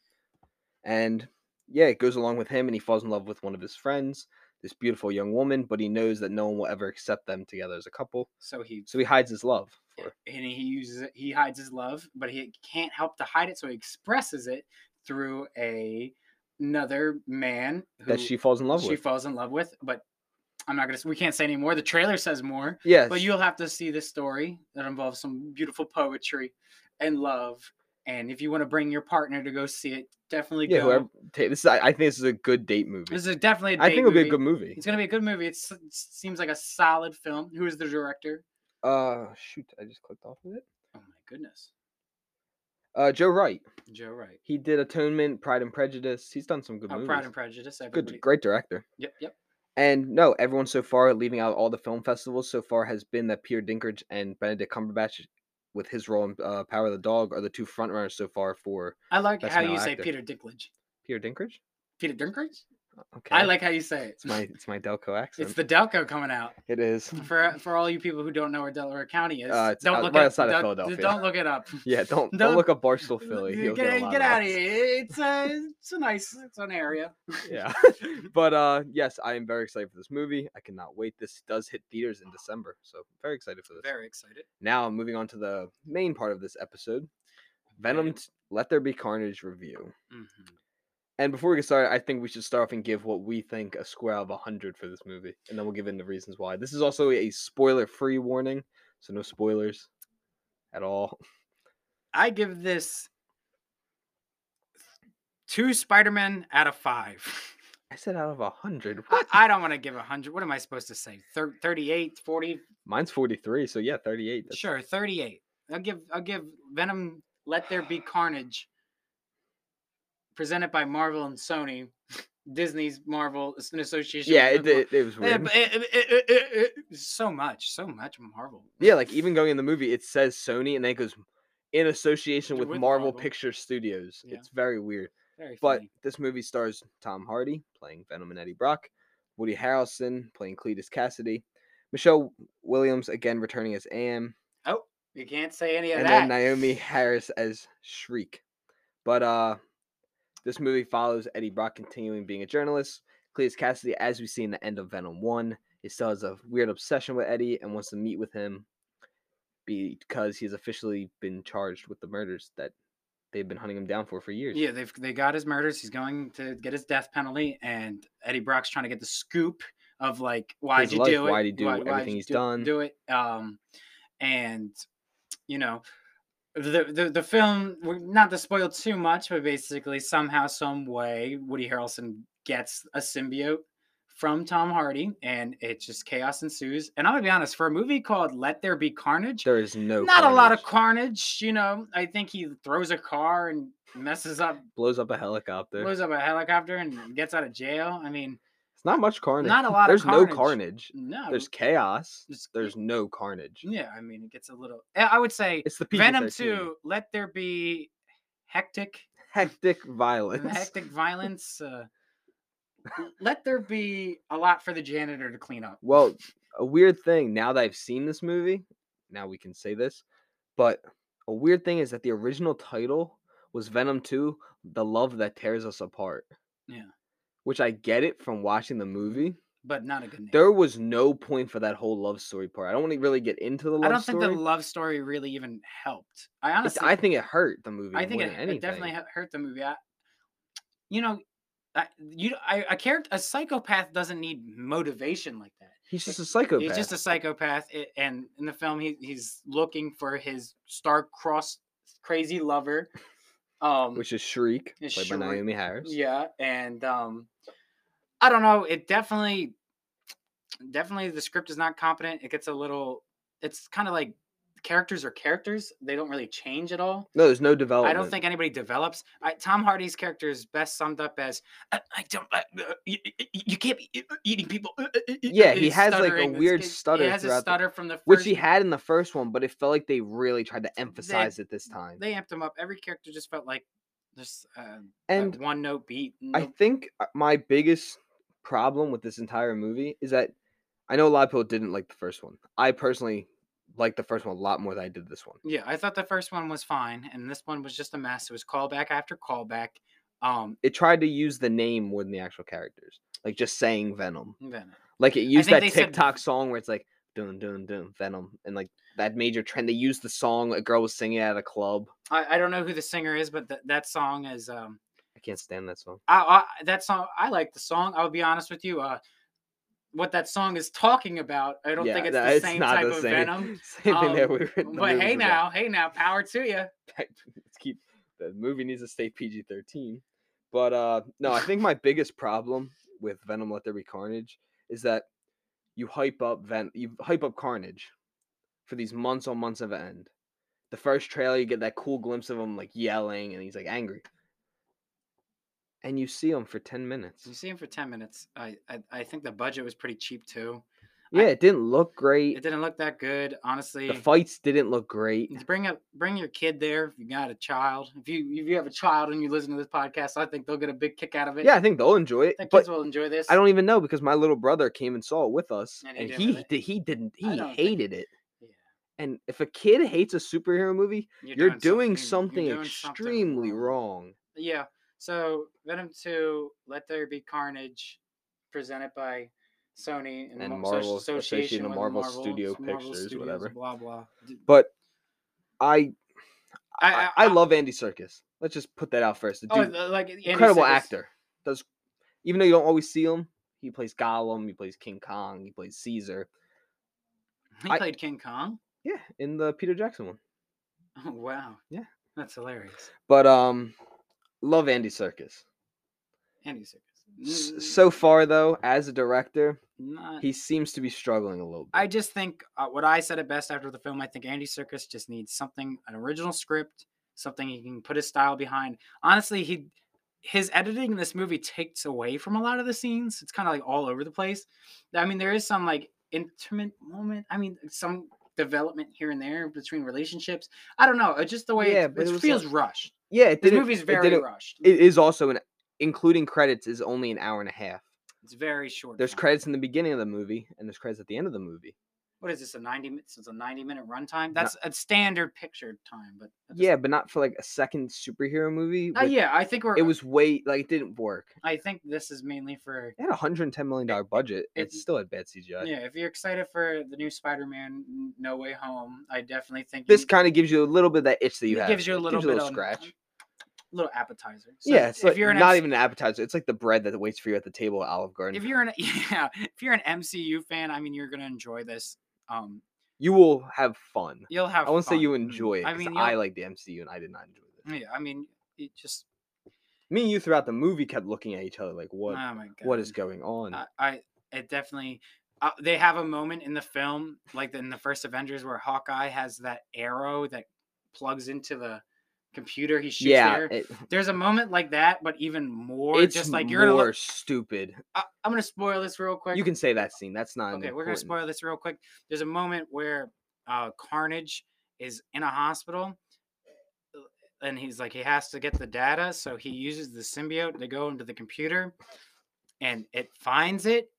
S1: And yeah, it goes along with him, and he falls in love with one of his friends. this beautiful young woman, but he knows that no one will ever accept them together as a couple.
S2: So he
S1: So he hides his love for her.
S2: and he uses it, he hides his love, but he can't help to hide it, so he expresses it through a another man who
S1: that she falls in love
S2: she
S1: with.
S2: falls in love with. But I'm not gonna. s- We can't say any more. The trailer says more,
S1: yes.
S2: but you'll have to see this story that involves some beautiful poetry and love. And if you want to bring your partner to go see it, definitely
S1: yeah,
S2: go.
S1: whoever ta- this is, I, I think this is a good date movie.
S2: This is definitely. A
S1: I
S2: date
S1: think it'll be a
S2: movie.
S1: good movie.
S2: It's gonna be a good movie. It's, it seems like a solid film. Who is the director?
S1: Uh shoot, I just clicked off of it.
S2: Oh my goodness,
S1: Uh Joe Wright.
S2: Joe Wright.
S1: He did Atonement, Pride and Prejudice. He's done some good
S2: Oh,
S1: movies.
S2: Pride and Prejudice. everybody-
S1: good great director.
S2: Yep, yep.
S1: And no, everyone so far, leaving out all the film festivals so far, has been that Peter Dinklage and Benedict Cumberbatch, with his role in uh, Power of the Dog, are the two frontrunners so far for
S2: I like
S1: Best
S2: how you
S1: male
S2: say
S1: actor.
S2: Peter Dinklage.
S1: Peter Dinklage.
S2: Peter Dinklage.
S1: Okay,
S2: I like how you say it.
S1: it's my it's my Delco accent.
S2: It's the Delco coming out.
S1: it
S2: *laughs*
S1: is.
S2: For uh, for all you people who don't know where Delaware County is,
S1: Mm. Uh, it's
S2: don't
S1: out-
S2: look
S1: right
S2: it,
S1: outside of
S2: don't-
S1: Philadelphia.
S2: Don't look it up.
S1: Yeah, don't don't,
S2: Don't-
S1: look up Barstool *laughs* Philly.
S2: Get,
S1: You'll
S2: get,
S1: a lot
S2: out
S1: *laughs* laughs.
S2: of here. It's a it's a nice it's an area.
S1: Yeah,
S2: *laughs*
S1: *laughs* but uh, yes, I am very excited for this movie. I cannot wait. This does hit theaters in December, so very excited for this.
S2: Very excited.
S1: Now, moving on to the main part of this episode, Venom: t- Let There Be Carnage review.
S2: Mhm.
S1: And before we get started, I think we should start off and give what we think a square out of 100 for this movie. And then we'll give in the reasons why. This is also a spoiler free warning, so no spoilers at all. *laughs*
S2: I give this two Spider Men out of five. *laughs*
S1: I said out of 100.
S2: I,
S1: What?
S2: I don't want to give a hundred. What am I supposed to say? Thir- 38, 40,
S1: Mine's 43, so yeah, 38. That's *laughs*
S2: Sure, thirty-eight. I'll give I'll give Venom Let There Be Carnage. Presented by Marvel and Sony. Disney's Marvel it's an association.
S1: Yeah,
S2: with
S1: it, it,
S2: Mar-
S1: it was
S2: Yeah,
S1: weird.
S2: but it- it- it- it- it- it- so much, so much Marvel.
S1: *laughs* Yeah, like even going in the movie, it says Sony and then it goes in association with,
S2: With
S1: Marvel,
S2: Marvel.
S1: Picture Studios.
S2: Yeah.
S1: It's very weird.
S2: Very
S1: But
S2: funny.
S1: this movie stars Tom Hardy playing Venom and Eddie Brock, Woody Harrelson playing Cletus Cassidy, Michelle Williams again returning as Anne,
S2: you can't say any of
S1: and
S2: that.
S1: then Naomi Harris as Shriek. But uh this movie follows Eddie Brock continuing being a journalist. Cletus Cassidy, as we see in the end of Venom 1, he still has a weird obsession with Eddie and wants to meet with him because he's officially been charged with the murders that they've been hunting him down for for years.
S2: yeah, they've they got his murders. He's going to get his death penalty, and Eddie Brock's trying to get the scoop of like why'd
S1: His
S2: you
S1: life,
S2: do it?
S1: why'd he do
S2: why'd
S1: everything
S2: you
S1: he's
S2: do-
S1: done?
S2: Do it, um, and you know, the the, the film. We're not to spoil too much, but basically, somehow, some way, Woody Harrelson gets a symbiote from Tom Hardy, and it's just chaos ensues. And I'm gonna be honest, for a movie called Let There Be Carnage,
S1: There is no
S2: not a lot of
S1: carnage.
S2: carnage. You know, I think he throws a car and messes up
S1: blows up a helicopter.
S2: blows up a helicopter and gets out of jail. I mean,
S1: It's not much carnage. *laughs*
S2: not a lot of
S1: There's
S2: carnage.
S1: no carnage.
S2: no,
S1: There's chaos.
S2: it's-
S1: There's no carnage.
S2: yeah. I mean, it gets a little. I I would say
S1: It's the
S2: Venom
S1: PG-13.
S2: Two. Let there be hectic,
S1: Hectic violence. *laughs*
S2: hectic violence. Uh, l- let there be a lot for the janitor to clean up.
S1: Well, a weird thing now that I've seen this movie, now we can say this, but a weird thing is that the original title was Venom 2 The Love That Tears Us Apart.
S2: Yeah.
S1: Which I get it from watching the movie.
S2: but not a good name.
S1: There was no point for that whole love story part. I don't want to really get into the love
S2: I don't
S1: story.
S2: think the love story really even helped. I honestly,
S1: It's- I think it hurt the movie.
S2: I think
S1: more
S2: it,
S1: than
S2: it definitely
S1: anything.
S2: hu- hurt the movie. I, you know, I, you I, a character a psychopath doesn't need motivation like that.
S1: He's just a psychopath.
S2: He's just a psychopath, i- and in the film, he, he's looking for his star-crossed crazy lover. Um,
S1: which is Shriek,
S2: Is
S1: played by
S2: Shriek,
S1: Naomi Harris.
S2: yeah, and um, I don't know. It definitely, definitely, the script is not competent. It gets a little. It's kind of like characters are characters; they don't really change at all.
S1: No, there's no
S2: I
S1: development.
S2: don't think anybody develops. I, Tom Hardy's character is best summed up as I, I don't. I, uh, you, you can't be uh, eating people. uh, uh, uh, uh,"
S1: Yeah, he
S2: he's
S1: has, like, a
S2: stuttering. This
S1: weird
S2: kid-
S1: stutter
S2: He has a
S1: throughout the-
S2: stutter from the first.
S1: which he had in the first one, but it felt like they really tried to emphasize it this time.
S2: They amped him up. Every character just felt like just uh,
S1: and
S2: one note beat.
S1: I
S2: no-
S1: think uh, my biggest problem with this entire movie is that I know a lot of people didn't like the first one. I personally liked the first one a lot more than I did this one.
S2: yeah, I thought the first one was fine, and this one was just a mess. It was callback after callback. Um,
S1: It tried to use the name more than the actual characters. like just saying Venom.
S2: Venom.
S1: Like it used
S2: think
S1: that
S2: they said-
S1: TikTok song where it's like dun dun dun Venom, and like that major trend. They used the song a girl was singing at a club.
S2: I, I don't know who the singer is, but th- that song is um
S1: I can't stand that song.
S2: I, I that song I like the song. I'll be honest with you. Uh, what that song is talking about, I don't think it's
S1: that-
S2: the same
S1: not
S2: type
S1: the
S2: of
S1: same-
S2: Venom.
S1: *laughs* Same thing that
S2: Um,
S1: we were. the
S2: But hey
S1: movies about.
S2: now, hey now, power to you.
S1: *laughs* Let's keep the movie needs to stay PG thirteen. But uh no, I think my biggest problem with Venom Let There Be Carnage is that you hype up Ven you hype up Carnage for these months on months of end. The first trailer you get that cool glimpse of him like yelling and he's like angry. And you see him for ten minutes.
S2: You see him for ten minutes. I, I I think the budget was pretty cheap too. I-
S1: Yeah, it didn't look
S2: It
S1: great.
S2: didn't look that good, honestly.
S1: The fights didn't look great.
S2: Just bring up bring your kid there if you got a child. If you if you have a child and you listen to this podcast, I think they'll get a big kick out of it.
S1: Yeah, I think they'll enjoy it.
S2: the
S1: But
S2: kids will enjoy this.
S1: I don't even know because my little brother came and saw it with us,
S2: And
S1: and,
S2: he didn't
S1: he
S2: really-
S1: did, he didn't
S2: I
S1: he
S2: don't think-
S1: hated it.
S2: Yeah.
S1: And if a kid hates a superhero movie, you're, doing something,
S2: you're doing something
S1: extremely wrong.
S2: Yeah. So Venom Two, Let There Be Carnage, presented by Sony and,
S1: And
S2: Mar-
S1: Marvel
S2: Social Association
S1: Association of
S2: with
S1: Marvel
S2: Marvel
S1: Studio
S2: s- Marvel
S1: Pictures,
S2: Studios,
S1: whatever.
S2: Blah blah. D-
S1: But I
S2: I,
S1: I, I love Andy Circus. Let's just put that out first. The
S2: oh,
S1: dude,
S2: the- like Andy
S1: incredible
S2: Serkis-
S1: actor. Does even though you don't always see him, he plays Gollum, he plays King Kong, he plays Caesar.
S2: He
S1: I-
S2: played King Kong. *laughs*
S1: Yeah, in the Peter Jackson one.
S2: Oh, wow.
S1: Yeah.
S2: That's hilarious.
S1: But um love Andy Circus.
S2: Andy Circus.
S1: So far though, as a director,
S2: not
S1: he seems to be struggling a little bit.
S2: I just think uh, what I said it best after the film. I think Andy Circus just needs something, an original script, something he can put his style behind. Honestly, he his editing in this movie takes away from a lot of the scenes. It's kind of like all over the place. I mean, there is some like intimate moment. I mean, some development here and there between relationships. I don't know. uh, Just the way
S1: Yeah,
S2: it,
S1: but
S2: it
S1: it was
S2: feels
S1: like-
S2: rushed.
S1: yeah, it
S2: This
S1: didn't-
S2: movie's
S1: it
S2: very
S1: didn't-
S2: rushed.
S1: it is also an including credits is only an hour and a half.
S2: it's very short.
S1: There's
S2: film.
S1: credits in the beginning of the movie and there's credits at the end of the movie.
S2: What is this? A ninety minutes? It's a ninety minute runtime. That's a standard picture time, but that
S1: Yeah, but not for like a second superhero movie.
S2: Uh,
S1: with-
S2: yeah, I think we're.
S1: It was way like it didn't work.
S2: I think this is mainly for.
S1: It had a hundred and ten million dollar budget. and It,
S2: it-
S1: still had bad CGI.
S2: Yeah, if you're excited for the new Spider-Man N- No Way Home, I definitely think
S1: This
S2: you-
S1: kind of gives you a little bit of that itch that you
S2: it
S1: have.
S2: gives you a
S1: It
S2: little
S1: gives you
S2: bit
S1: a little
S2: of
S1: scratch.
S2: little appetizer. So
S1: yeah, it's
S2: if
S1: like
S2: you're an
S1: not
S2: MC
S1: even an appetizer. It's like the bread that waits for you at the table at Olive Garden.
S2: if you're an *laughs* yeah, if you're an MCU fan, I mean, you're gonna enjoy this. Um,
S1: you will have fun.
S2: you'll have.
S1: I won't say
S2: fun. Mm,
S1: you enjoy it.
S2: I
S1: I
S2: mean,
S1: I
S2: you'll-
S1: like the MCU and I did not enjoy this.
S2: Yeah, I mean, it just.
S1: Me and you throughout the movie kept looking at each other like, what?
S2: oh my Uh, god.
S1: what is going on?
S2: I, I it definitely. Uh, they have a moment in the film, like in the first Avengers, where Hawkeye has that arrow that plugs into the computer. He shoots
S1: yeah,
S2: there.
S1: it-
S2: there's a moment like that, but even more.
S1: it's
S2: just like
S1: you're
S2: you're.
S1: more
S2: Gonna look,
S1: stupid.
S2: I, am gonna spoil this real quick.
S1: You can say that scene. That's not
S2: Okay,
S1: important.
S2: we're gonna spoil this real quick. There's a moment where uh, Carnage is in a hospital, uh, and he's like he has to get the data, so he uses the symbiote to go into the computer, and it finds it.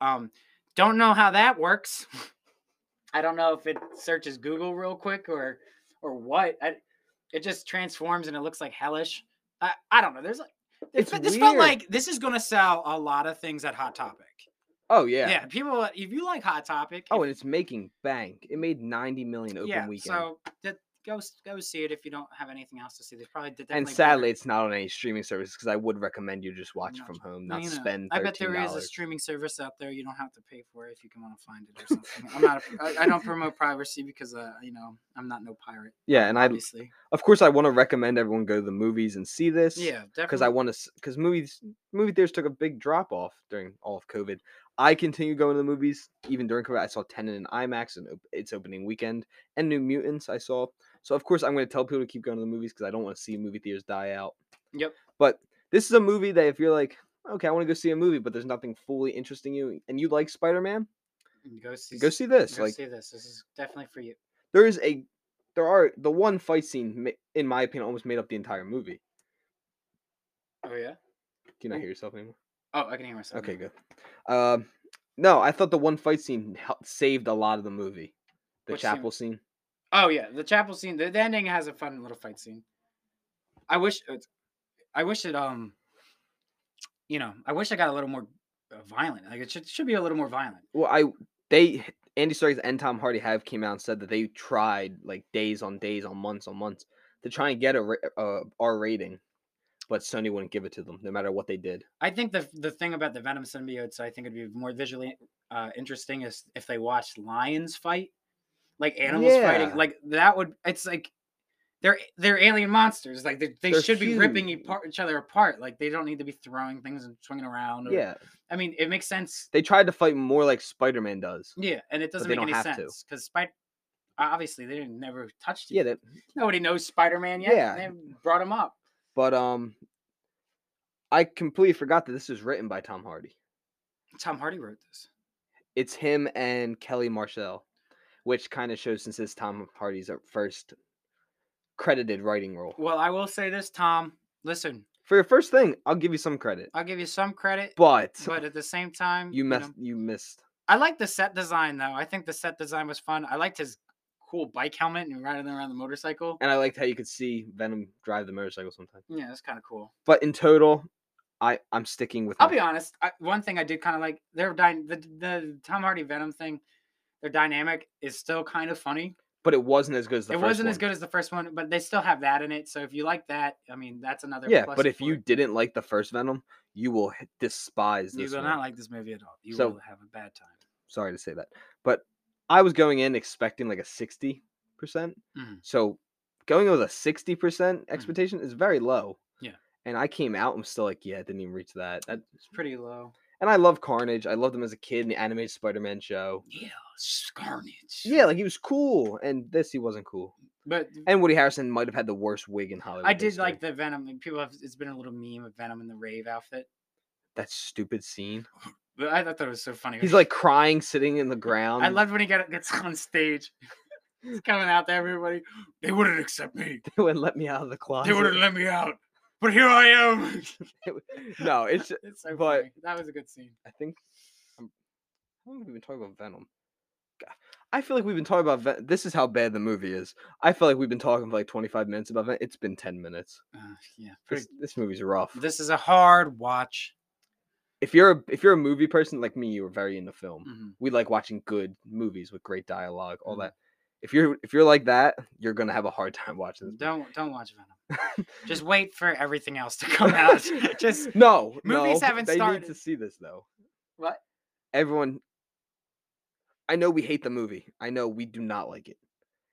S2: Um, don't know how that works. *laughs* I don't know if it searches Google real quick or or what. I, it just transforms and it looks like hellish. I, I don't know. There's like
S1: It's
S2: this felt
S1: weird.
S2: like this is gonna sell a lot of things at Hot Topic.
S1: oh
S2: Yeah.
S1: yeah.
S2: people. uh, If you like Hot Topic,
S1: Oh,
S2: if-
S1: and it's making bank. It made ninety million open
S2: yeah.
S1: weekend.
S2: So that, go s- go see it if you don't have anything else to see. There's probably definitely
S1: and
S2: better-
S1: sadly, it's not on any streaming service because I would recommend you just watch it
S2: Not-
S1: from home,
S2: Well,
S1: not
S2: you know,
S1: spend
S2: I bet
S1: thirteen
S2: there is a
S1: dollars.
S2: streaming service out there. You don't have to pay for it if you can want to find it or something. I'm not. A, I, I don't promote piracy because uh, you know I'm not no pirate.
S1: Yeah, and I,
S2: obviously.
S1: of course, I want to recommend everyone go to the movies and see this.
S2: yeah, definitely.
S1: because I want to because movies movie theaters took a big drop off during all of COVID. I continue going to the movies even during COVID. I saw Tenet in IMAX and op- its opening weekend, and New Mutants I saw. So of course I'm going to tell people to keep going to the movies because I don't want to see movie theaters die out.
S2: Yep.
S1: But this is a movie that if you're like, okay, I want to go see a movie, but there's nothing fully interesting you, and you like Spider Man,
S2: go see.
S1: go
S2: s-
S1: see this.
S2: Go
S1: Like
S2: see this. This is definitely for you.
S1: there is a there are the one fight scene ma- in my opinion almost made up the entire movie.
S2: Oh yeah.
S1: Can
S2: Ooh.
S1: I hear yourself anymore?
S2: Oh, I can hear myself.
S1: Okay,
S2: now.
S1: good. Um, no, I thought the one fight scene hel- saved a lot of the movie. The
S2: Which scene?
S1: chapel scene?
S2: Oh yeah, the chapel scene. The, the ending has a fun little fight scene. uh, I wish. It's, I wish it. Um. You know, I wish I got a little more uh, violent. Like it should should be a little more violent.
S1: Well, I they Andy Serkis and Tom Hardy have came out and said that they tried like days on days on months on months to try and get a ra- uh, R rating, but Sony wouldn't give it to them no matter what they did.
S2: I think the the thing about the Venom symbiotes, I think it'd be more visually uh, interesting is if they watched lions fight, like animals
S1: Yeah.
S2: fighting, like that would. It's like they're they're alien monsters. Like they, they
S1: They're
S2: should be ripping
S1: huge.
S2: apart, each other apart. Like they don't need to be throwing things and swinging around. or-
S1: Yeah,
S2: I mean it makes sense.
S1: they tried to fight more like Spider Man does.
S2: Yeah, and it doesn't
S1: they
S2: make
S1: don't
S2: any
S1: have to.
S2: sense because Spider. Obviously, they didn't never touched it.
S1: Yeah, that,
S2: Nobody knows Spider Man yet.
S1: Yeah.
S2: and They brought him up.
S1: but um, I completely forgot that this was written by Tom Hardy.
S2: Tom Hardy wrote this.
S1: It's him and Kelly Marshall, which kind of shows since it's Tom Hardy's uh, first credited writing role.
S2: Well, I will say this, Tom. Listen,
S1: For your first thing, I'll give you some credit,
S2: I'll give you some credit,
S1: *laughs* but
S2: but at the same time,
S1: you
S2: know,
S1: messed. You missed.
S2: I like the set design though. I think the set design was fun. I liked his cool bike helmet and riding around the motorcycle.
S1: And I liked how you could see Venom drive the motorcycle sometimes.
S2: Yeah, that's kind of cool.
S1: But in total, I I'm sticking with.
S2: I'll
S1: my-
S2: be honest. I, one thing I did kind of like their dy- the the Tom Hardy Venom thing. Their dynamic is still kind of funny.
S1: But it wasn't as good as the
S2: it
S1: first
S2: wasn't as
S1: one.
S2: good as the first one, but they still have that in it. So if you like that, I mean, that's another.
S1: Yeah,
S2: plus
S1: but if
S2: for
S1: you
S2: it.
S1: didn't like the first Venom, you will h- despise
S2: you
S1: this
S2: will
S1: one.
S2: not like this movie at all, you
S1: So-
S2: will have a bad time.
S1: Sorry to say that, but I was going in expecting like a sixty percent.
S2: Mhm.
S1: So going with a sixty percent expectation is very low.
S2: Mm-hmm. Yeah.
S1: And I came out and was still like, yeah, it didn't even reach that. that.
S2: It's pretty low.
S1: And I love Carnage. I loved him as a kid in the animated Spider-Man show.
S2: Yeah, Scarnage.
S1: Yeah, like he was cool, and this he wasn't cool.
S2: but
S1: And Woody Harrison might have had the worst wig in Hollywood.
S2: I did like
S1: history.
S2: the Venom. and People have it's been a little meme of Venom in the rave outfit,
S1: that stupid scene.
S2: but I thought that was so funny.
S1: He's like crying, sitting in the ground.
S2: Oh I loved when he got, gets on stage. *laughs* He's coming out to everybody. They wouldn't accept me.
S1: *laughs* they wouldn't let me out of the closet.
S2: They wouldn't let me out. But here I am.
S1: *laughs* no, it's.
S2: *laughs* it's so
S1: but-
S2: funny. That was a good scene.
S1: I think. I'm, how long have we been talking about Venom? G- I feel like we've been talking about Ven- this is how bad the movie is. I feel like we've been talking for like 25 minutes about Venom. It's been 10 minutes.
S2: Uh, yeah.
S1: This,
S2: pretty-
S1: this movie's rough.
S2: This is a hard watch.
S1: if you're a, if you're a movie person like me, you were very into film.
S2: Mhm.
S1: We like watching good movies with great dialogue, all
S2: Mhm.
S1: that. If you're if you're like that, you're gonna have a hard time watching this.
S2: Don't don't watch Venom.
S1: *laughs*
S2: Just wait for everything else to come out. *laughs* Just
S1: no
S2: movies
S1: no,
S2: haven't
S1: they need to
S2: started.
S1: see this though
S2: what?
S1: everyone i know we hate the movie i know we do not like it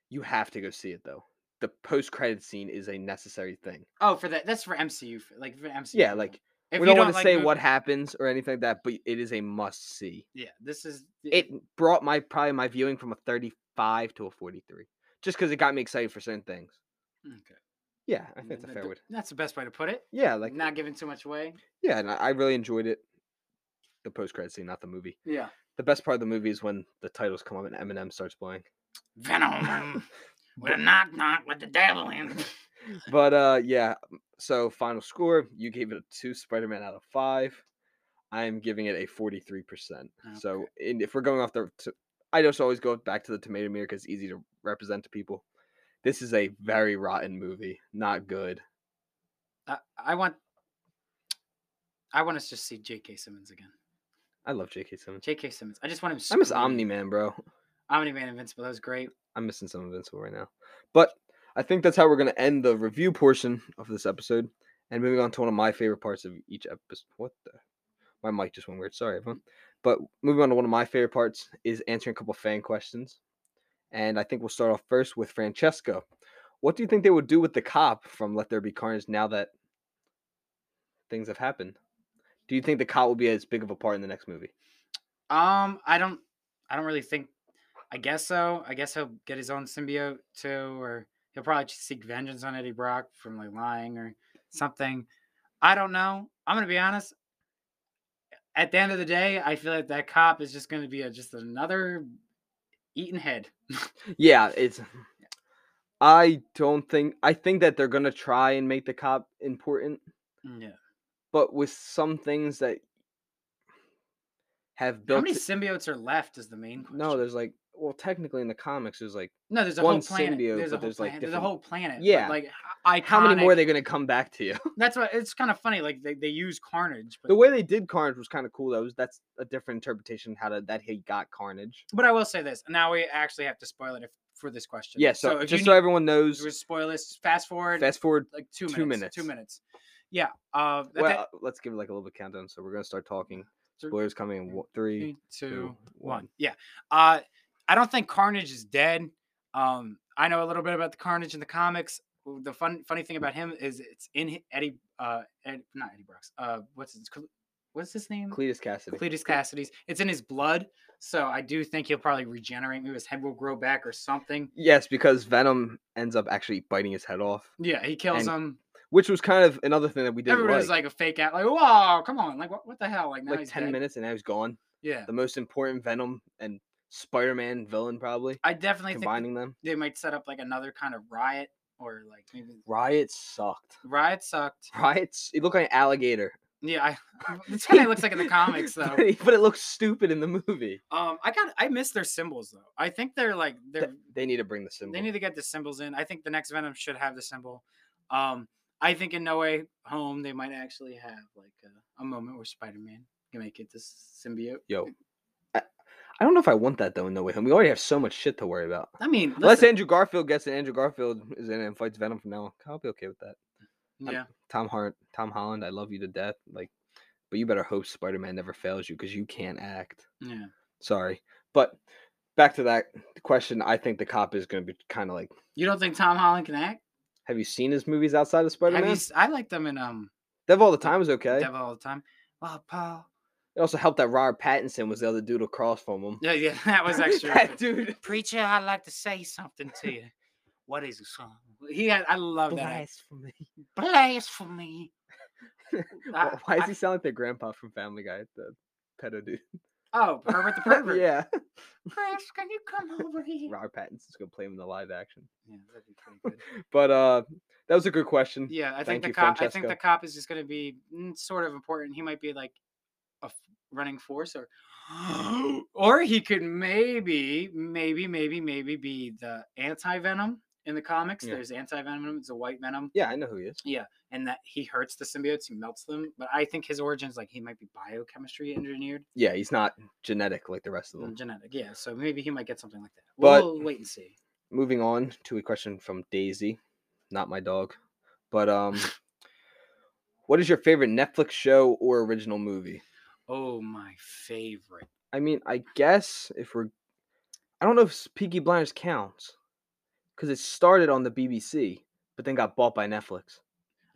S1: you have to go see it though the post-credit scene is a necessary thing
S2: Oh, for that. That's for MCU. f- Like for MCU.
S1: yeah
S2: film.
S1: like
S2: if
S1: we
S2: you
S1: don't, want to
S2: like
S1: say
S2: mov-
S1: what happens or anything like that but it is a must see
S2: Yeah, this is
S1: it brought my probably my viewing from a 35 to a 43 just because it got me excited for certain things
S2: mm, Okay.
S1: yeah i think that's a
S2: Th-
S1: fair
S2: th-
S1: word
S2: That's the best way to put it.
S1: yeah
S2: Like
S1: like
S2: not giving too much away.
S1: yeah and i I really enjoyed it the post-credit scene not the movie
S2: Yeah.
S1: the best part of the movie is when the titles come up and eminem starts playing *laughs*
S2: Venom with a knock knock with the devil in.
S1: But uh yeah, m- so final score, you gave it a two Spider-Man out of five. I am giving it a 43%. So in, if we're going off the t- I just always go back to the tomato meter because it's easy to represent to people. This is a very rotten movie. Not good.
S2: I, I want. I want us to see J.K. Simmons again.
S1: I love J.K. Simmons.
S2: J.K. Simmons. I just want him.
S1: I miss
S2: screaming.
S1: Omni Man, bro.
S2: Omni Man Invincible. That was great.
S1: I'm missing some Invincible right now. But I think that's how we're gonna end the review portion of this episode. And moving on to one of my favorite parts of each episode. What the? My mic just went weird. Sorry, everyone. But moving on to one of my favorite parts is answering a couple fan questions. And I think we'll start off first with Francesco. What do you think they would do with the cop from Let There Be Carnage now that things have happened? Do you think the cop will be as big of a part in the next movie?
S2: Um, I don't. I don't really think. I guess so. I guess he'll get his own symbiote too, or he'll probably just seek vengeance on Eddie Brock from like lying or something. I don't know. I'm gonna be honest. At the end of the day, I feel like that cop is just gonna be a, just another eaten head.
S1: Yeah, it's. I don't think. I think that they're gonna try and make the cop important,
S2: Yeah.
S1: but with some things that have
S2: How
S1: built.
S2: many
S1: it-
S2: symbiotes are left is the main question.
S1: no, there's like well, technically in the comics, there's like
S2: No, there's a
S1: one
S2: whole planet.
S1: symbiote,
S2: there's a
S1: but
S2: whole
S1: there's, like,
S2: planet. There's a
S1: different-
S2: whole planet. but,
S1: Yeah.
S2: like I
S1: how many more are they going to come back to you?
S2: That's what it's kind of funny. Like they, they use Carnage, but
S1: the way they did Carnage was kind of cool. Though was that's a different interpretation how to, that he got Carnage.
S2: but I will say this. Now we actually have to spoil it if, for this question.
S1: Yeah, so,
S2: if you
S1: just
S2: need-
S1: so everyone
S2: if you
S1: knows,
S2: would spoil this. Fast forward
S1: fast forward.
S2: like two minutes.
S1: two
S2: Two
S1: minutes.
S2: minutes. Yeah. Uh, that-
S1: Well, let's give it like a little bit countdown. So we're going to start talking.
S2: Thr-
S1: Spoilers coming in wo-
S2: three,
S1: three.
S2: two,
S1: two,
S2: one.
S1: one.
S2: Yeah. Uh, I don't think Carnage is dead. Um, I know a little bit about the Carnage in the comics. W- The fun, funny thing about him is it's in hi- Eddie, uh, Ed, not Eddie Brooks. Uh, what's his, Cle- what's his name?
S1: Cletus Cassidy.
S2: Cletus Cassidy's. It's in his blood, so I do think he'll probably regenerate. Maybe his head will grow back or something.
S1: Yes, because Venom ends up actually biting his head off,
S2: Yeah, he kills
S1: And
S2: him.
S1: which was kind of another thing that we didn't
S2: Everybody's
S1: like.
S2: like, a fake out, like, whoa, come on, like, what, what the hell? Like, now
S1: like
S2: he's
S1: 10
S2: dead.
S1: minutes and now he's gone.
S2: Yeah,
S1: The most important Venom and Spider Man villain, probably
S2: I definitely think
S1: combining them.
S2: they might set up like another kind of riot or like maybe
S1: Riot sucked. *laughs*
S2: riot sucked.
S1: Riots, it looked like an
S2: *laughs*
S1: alligator.
S2: Yeah, I, *laughs* that's kind of looks
S1: *laughs*
S2: like in the comics though.
S1: but, it, but it looks stupid in the movie.
S2: Um, I got I miss their symbols though. I think they're like
S1: Th-
S2: they're
S1: They need to bring the symbol.
S2: they need to get the symbols in. I think the next Venom should have the symbol. Um, I think in No Way Home they might actually have like a, a moment where Spider Man can make it this symbiote.
S1: Yo. I, I don't know if I want that though in No Way Home. We already have so much shit to worry about.
S2: I mean,
S1: Unless
S2: listen-
S1: Andrew Garfield gets it, Andrew Garfield is in it and fights Venom from now on. I'll be okay with that. I'm-
S2: yeah,
S1: Tom Hart, Tom Holland, I love you to death. Like, but you better hope Spider Man never fails you because you can't act.
S2: yeah.
S1: Sorry, but back to that question. I think the cop is going to be kind of like,
S2: You don't think Tom Holland can act?
S1: have you seen his movies outside of Spider
S2: Have you,
S1: Man?
S2: s- I like them in um
S1: Devil All the Time was okay.
S2: Devil all the time. Well, Paul.
S1: It also helped that Robert Pattinson was the other dude across from him.
S2: Yeah, yeah, *laughs* that
S1: *laughs*
S2: was extra.
S1: that dude.
S2: preacher, I'd like to say something to you. What is the song? He had, I *laughs* love that. act.
S1: Blasphemy. *laughs*
S2: Blasphemy. I-
S1: Why why does
S2: I-
S1: he sound like their grandpa from Family Guy? The pedo dude. *laughs*
S2: Oh, pervert the pervert.
S1: yeah.
S2: Chris, can you come over here?
S1: Robert Pattinson's going to play him in the live action.
S2: Yeah, that'd be pretty good.
S1: But uh, that was a good question.
S2: Yeah, I think
S1: Thank
S2: the
S1: you,
S2: cop. I think the
S1: Francesco.
S2: cop is just going to be mm, sort of important. He might be like a f- running force, or *gasps* or he could maybe, maybe, maybe, maybe be the anti venom in the comics.
S1: Yeah.
S2: There's anti venom. It's a white venom.
S1: Yeah, I know who he is.
S2: and that he hurts the symbiotes, he melts them. But I think his origins, like he might be biochemistry engineered,
S1: Yeah, he's not genetic like the rest of
S2: mm,
S1: them.
S2: genetic. Yeah, so maybe he might get something like that.
S1: But-
S2: we'll wait and see.
S1: Moving on to a question from Daisy, not my dog, but
S2: *laughs*
S1: um, what is your favorite Netflix show or original movie?
S2: Oh, my favorite.
S1: I mean, I guess if we're, I don't know if s- Peaky Blinders counts, because it started on the BBC, but then got bought by Netflix.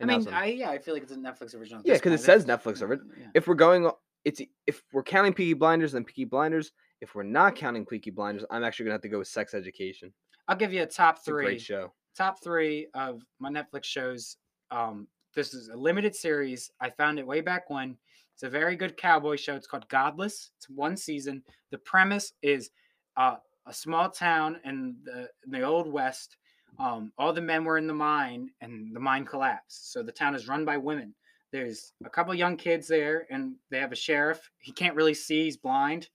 S2: I
S1: and now
S2: mean,
S1: it's on-
S2: I yeah, I feel like it's a Netflix original. at
S1: Yeah,
S2: this
S1: 'cause it
S2: point.
S1: says
S2: That's-
S1: Netflix orig-
S2: yeah.
S1: if we're going, o- it's e- if we're counting Peaky Blinders, then Peaky Blinders. If we're not counting Peaky Blinders, I'm actually gonna have to go with Sex Education.
S2: I'll give you a top
S1: It's a great
S2: three.
S1: show.
S2: Top three of my Netflix shows. Um, this is a limited series. I found it way back when. It's a very good cowboy show. It's called Godless. It's one season. The premise is uh, a small town in the in the old west. Um, all the men were in the mine, and the mine collapsed. So the town is run by women. There's a couple young kids there, and they have a sheriff. He can't really see; he's blind,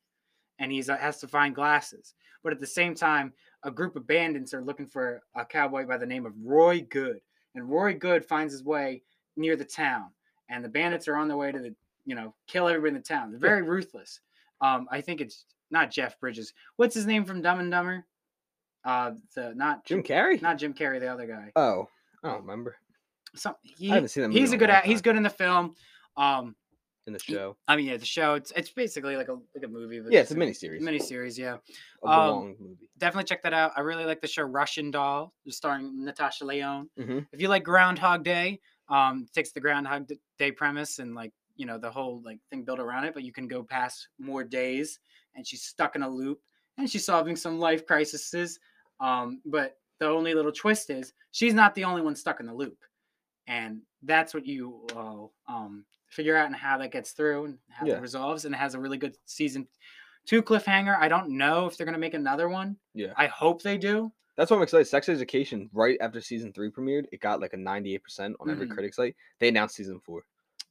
S2: and he's uh, has to find glasses. But at the same time, a group of bandits are looking for a cowboy by the name of Roy Good, and Roy Good finds his way near the town. And the bandits are on their way to the, you know, kill everybody in the town. They're
S1: Yeah.
S2: very ruthless. Um, I think it's not Jeff Bridges what's his name from Dumb and Dumber? Uh, the not
S1: Jim Carrey.
S2: not Jim Carrey, the other guy.
S1: oh, I don't remember
S2: Some, he,
S1: haven't seen that movie
S2: he's
S1: in
S2: a
S1: a
S2: good
S1: long
S2: at. He's
S1: time.
S2: good in the film. Um,
S1: in the
S2: Ye-
S1: show.
S2: I mean, yeah, the show. It's it's basically like a like a movie. But
S1: Yeah, it's a
S2: just
S1: miniseries.
S2: Miniseries, yeah.
S1: a
S2: um,
S1: long movie.
S2: Definitely check that out. I really like the show Russian Doll, starring Natasha Leone.
S1: Mhm.
S2: If you like Groundhog Day, um, it takes the Groundhog D- Day premise and like you know the whole like thing built around it, but you can go past more days, and she's stuck in a loop, and she's solving some life crises. Um, but the only little twist is she's not the only one stuck in the loop, and that's what you will um, figure out and how that gets through and how
S1: Yeah.
S2: that resolves. And it has a really good season two cliffhanger. I don't know if they're gonna make another one.
S1: Yeah.
S2: I hope they do.
S1: That's why I'm excited. Sex Education, right after season three premiered, it got like a 98% on every
S2: Mhm.
S1: critic site. They announced season four.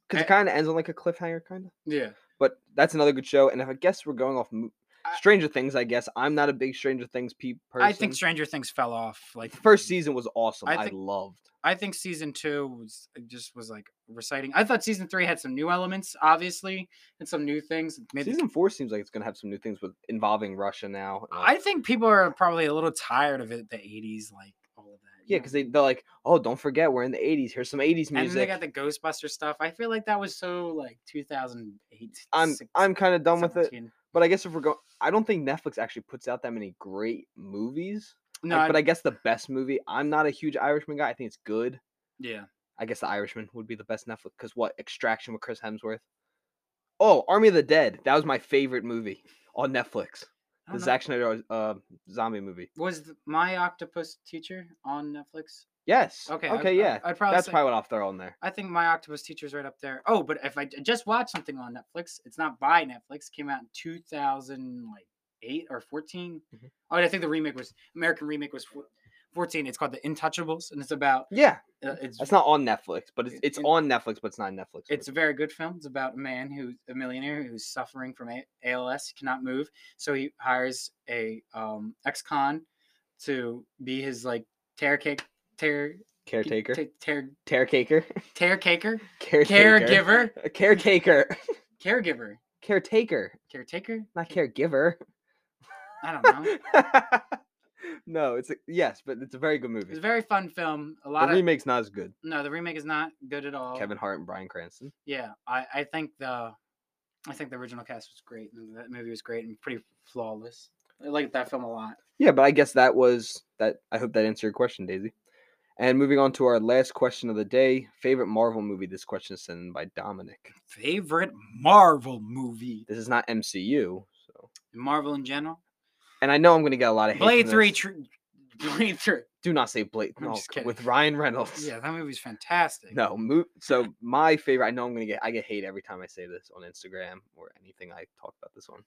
S1: Because
S2: Eh.
S1: it kind of ends on like a cliffhanger, kind of.
S2: Yeah.
S1: But that's another good show. And if I guess we're going off mo-
S2: I-
S1: Stranger Things, I guess. I'm not a big Stranger Things pe- person.
S2: I think Stranger Things fell off. Like
S1: first season was awesome.
S2: I
S1: I,
S2: think-
S1: loved.
S2: I think season two was it just was like reciting. I thought season three had some new elements, obviously, and some new things. Maybe
S1: Season four seems like it's gonna have some new things with involving Russia now. and-
S2: I think people are probably a little tired of it. The eighties, like all of that.
S1: yeah, because they they're like, oh, don't forget we're in the '80s. Here's some '80s
S2: and then they
S1: music.
S2: got the Ghostbuster stuff. I feel like that was so like two thousand eight.
S1: I'm I'm kind of done with it. But I guess if we're going, I don't think Netflix actually puts out that many great movies.
S2: No,
S1: Like,
S2: I-
S1: but I guess the best movie. I'm not a huge Irishman guy. I think it's good.
S2: yeah.
S1: I guess The Irishman would be the best Netflix. Because what? Extraction with Chris Hemsworth. Oh, Army of the Dead. That was my favorite movie on Netflix.
S2: I
S1: The
S2: don't know.
S1: Zack Snyder uh, zombie movie.
S2: was th- my octopus teacher on Netflix?
S1: Yes. Okay.
S2: Okay. I'd-
S1: Okay.
S2: I'd-
S1: yeah.
S2: I'd, probably
S1: That's
S2: say-
S1: probably what I'll throw on there.
S2: I think my octopus teacher's right up there. Oh, but if I d- just watched something on Netflix, it's not by Netflix. Came out in two thousand like eight or 14
S1: Mhm.
S2: Oh, and I think the remake was American remake was four- fourteen. It's called The Intouchables, and it's about
S1: Yeah.
S2: uh, it's
S1: That's not on Netflix, but it's
S2: It-
S1: it's
S2: it-
S1: on Netflix, but it's not Netflix.
S2: It's a very good film. It's about a man who's a millionaire who's suffering from a- ALS, he cannot move. So he hires a um, ex-con to be his like tear cake, tear
S1: caretaker,
S2: ta- tear
S1: caretaker, *laughs*
S2: tear caker,
S1: caretaker,
S2: caregiver,
S1: caretaker,
S2: caregiver,
S1: caretaker,
S2: caretaker.
S1: not caregiver.
S2: I don't
S1: *laughs*
S2: know.
S1: no, it's a, yes, but it's a very good
S2: It's
S1: movie.
S2: a very fun film. A
S1: The
S2: lot of Oh.
S1: remake's not as good.
S2: no, the remake is not good at all.
S1: Kevin Hart and Brian Cranston.
S2: Yeah, I I think the I think the original cast was great. and That movie was great and pretty flawless. I like that film a lot.
S1: Yeah, but I guess that was that. I hope that answered your question, Daisy. And moving on to our last question of the day, favorite Marvel movie. This question is sent in by Dominic.
S2: Favorite Marvel movie?
S1: This is not MCU, so.
S2: Marvel in general.
S1: And I know I'm gonna get a lot of hate.
S2: Blade
S1: from
S2: Three,
S1: this. *laughs*
S2: tr- Blade Three.
S1: Do not say Blade.
S2: I'm
S1: no,
S2: just kidding.
S1: with Ryan Reynolds.
S2: Yeah, that movie's fantastic.
S1: No, mo- so my favorite. I know I'm gonna get. I get hate every time I say this on Instagram or anything. I talk about this one.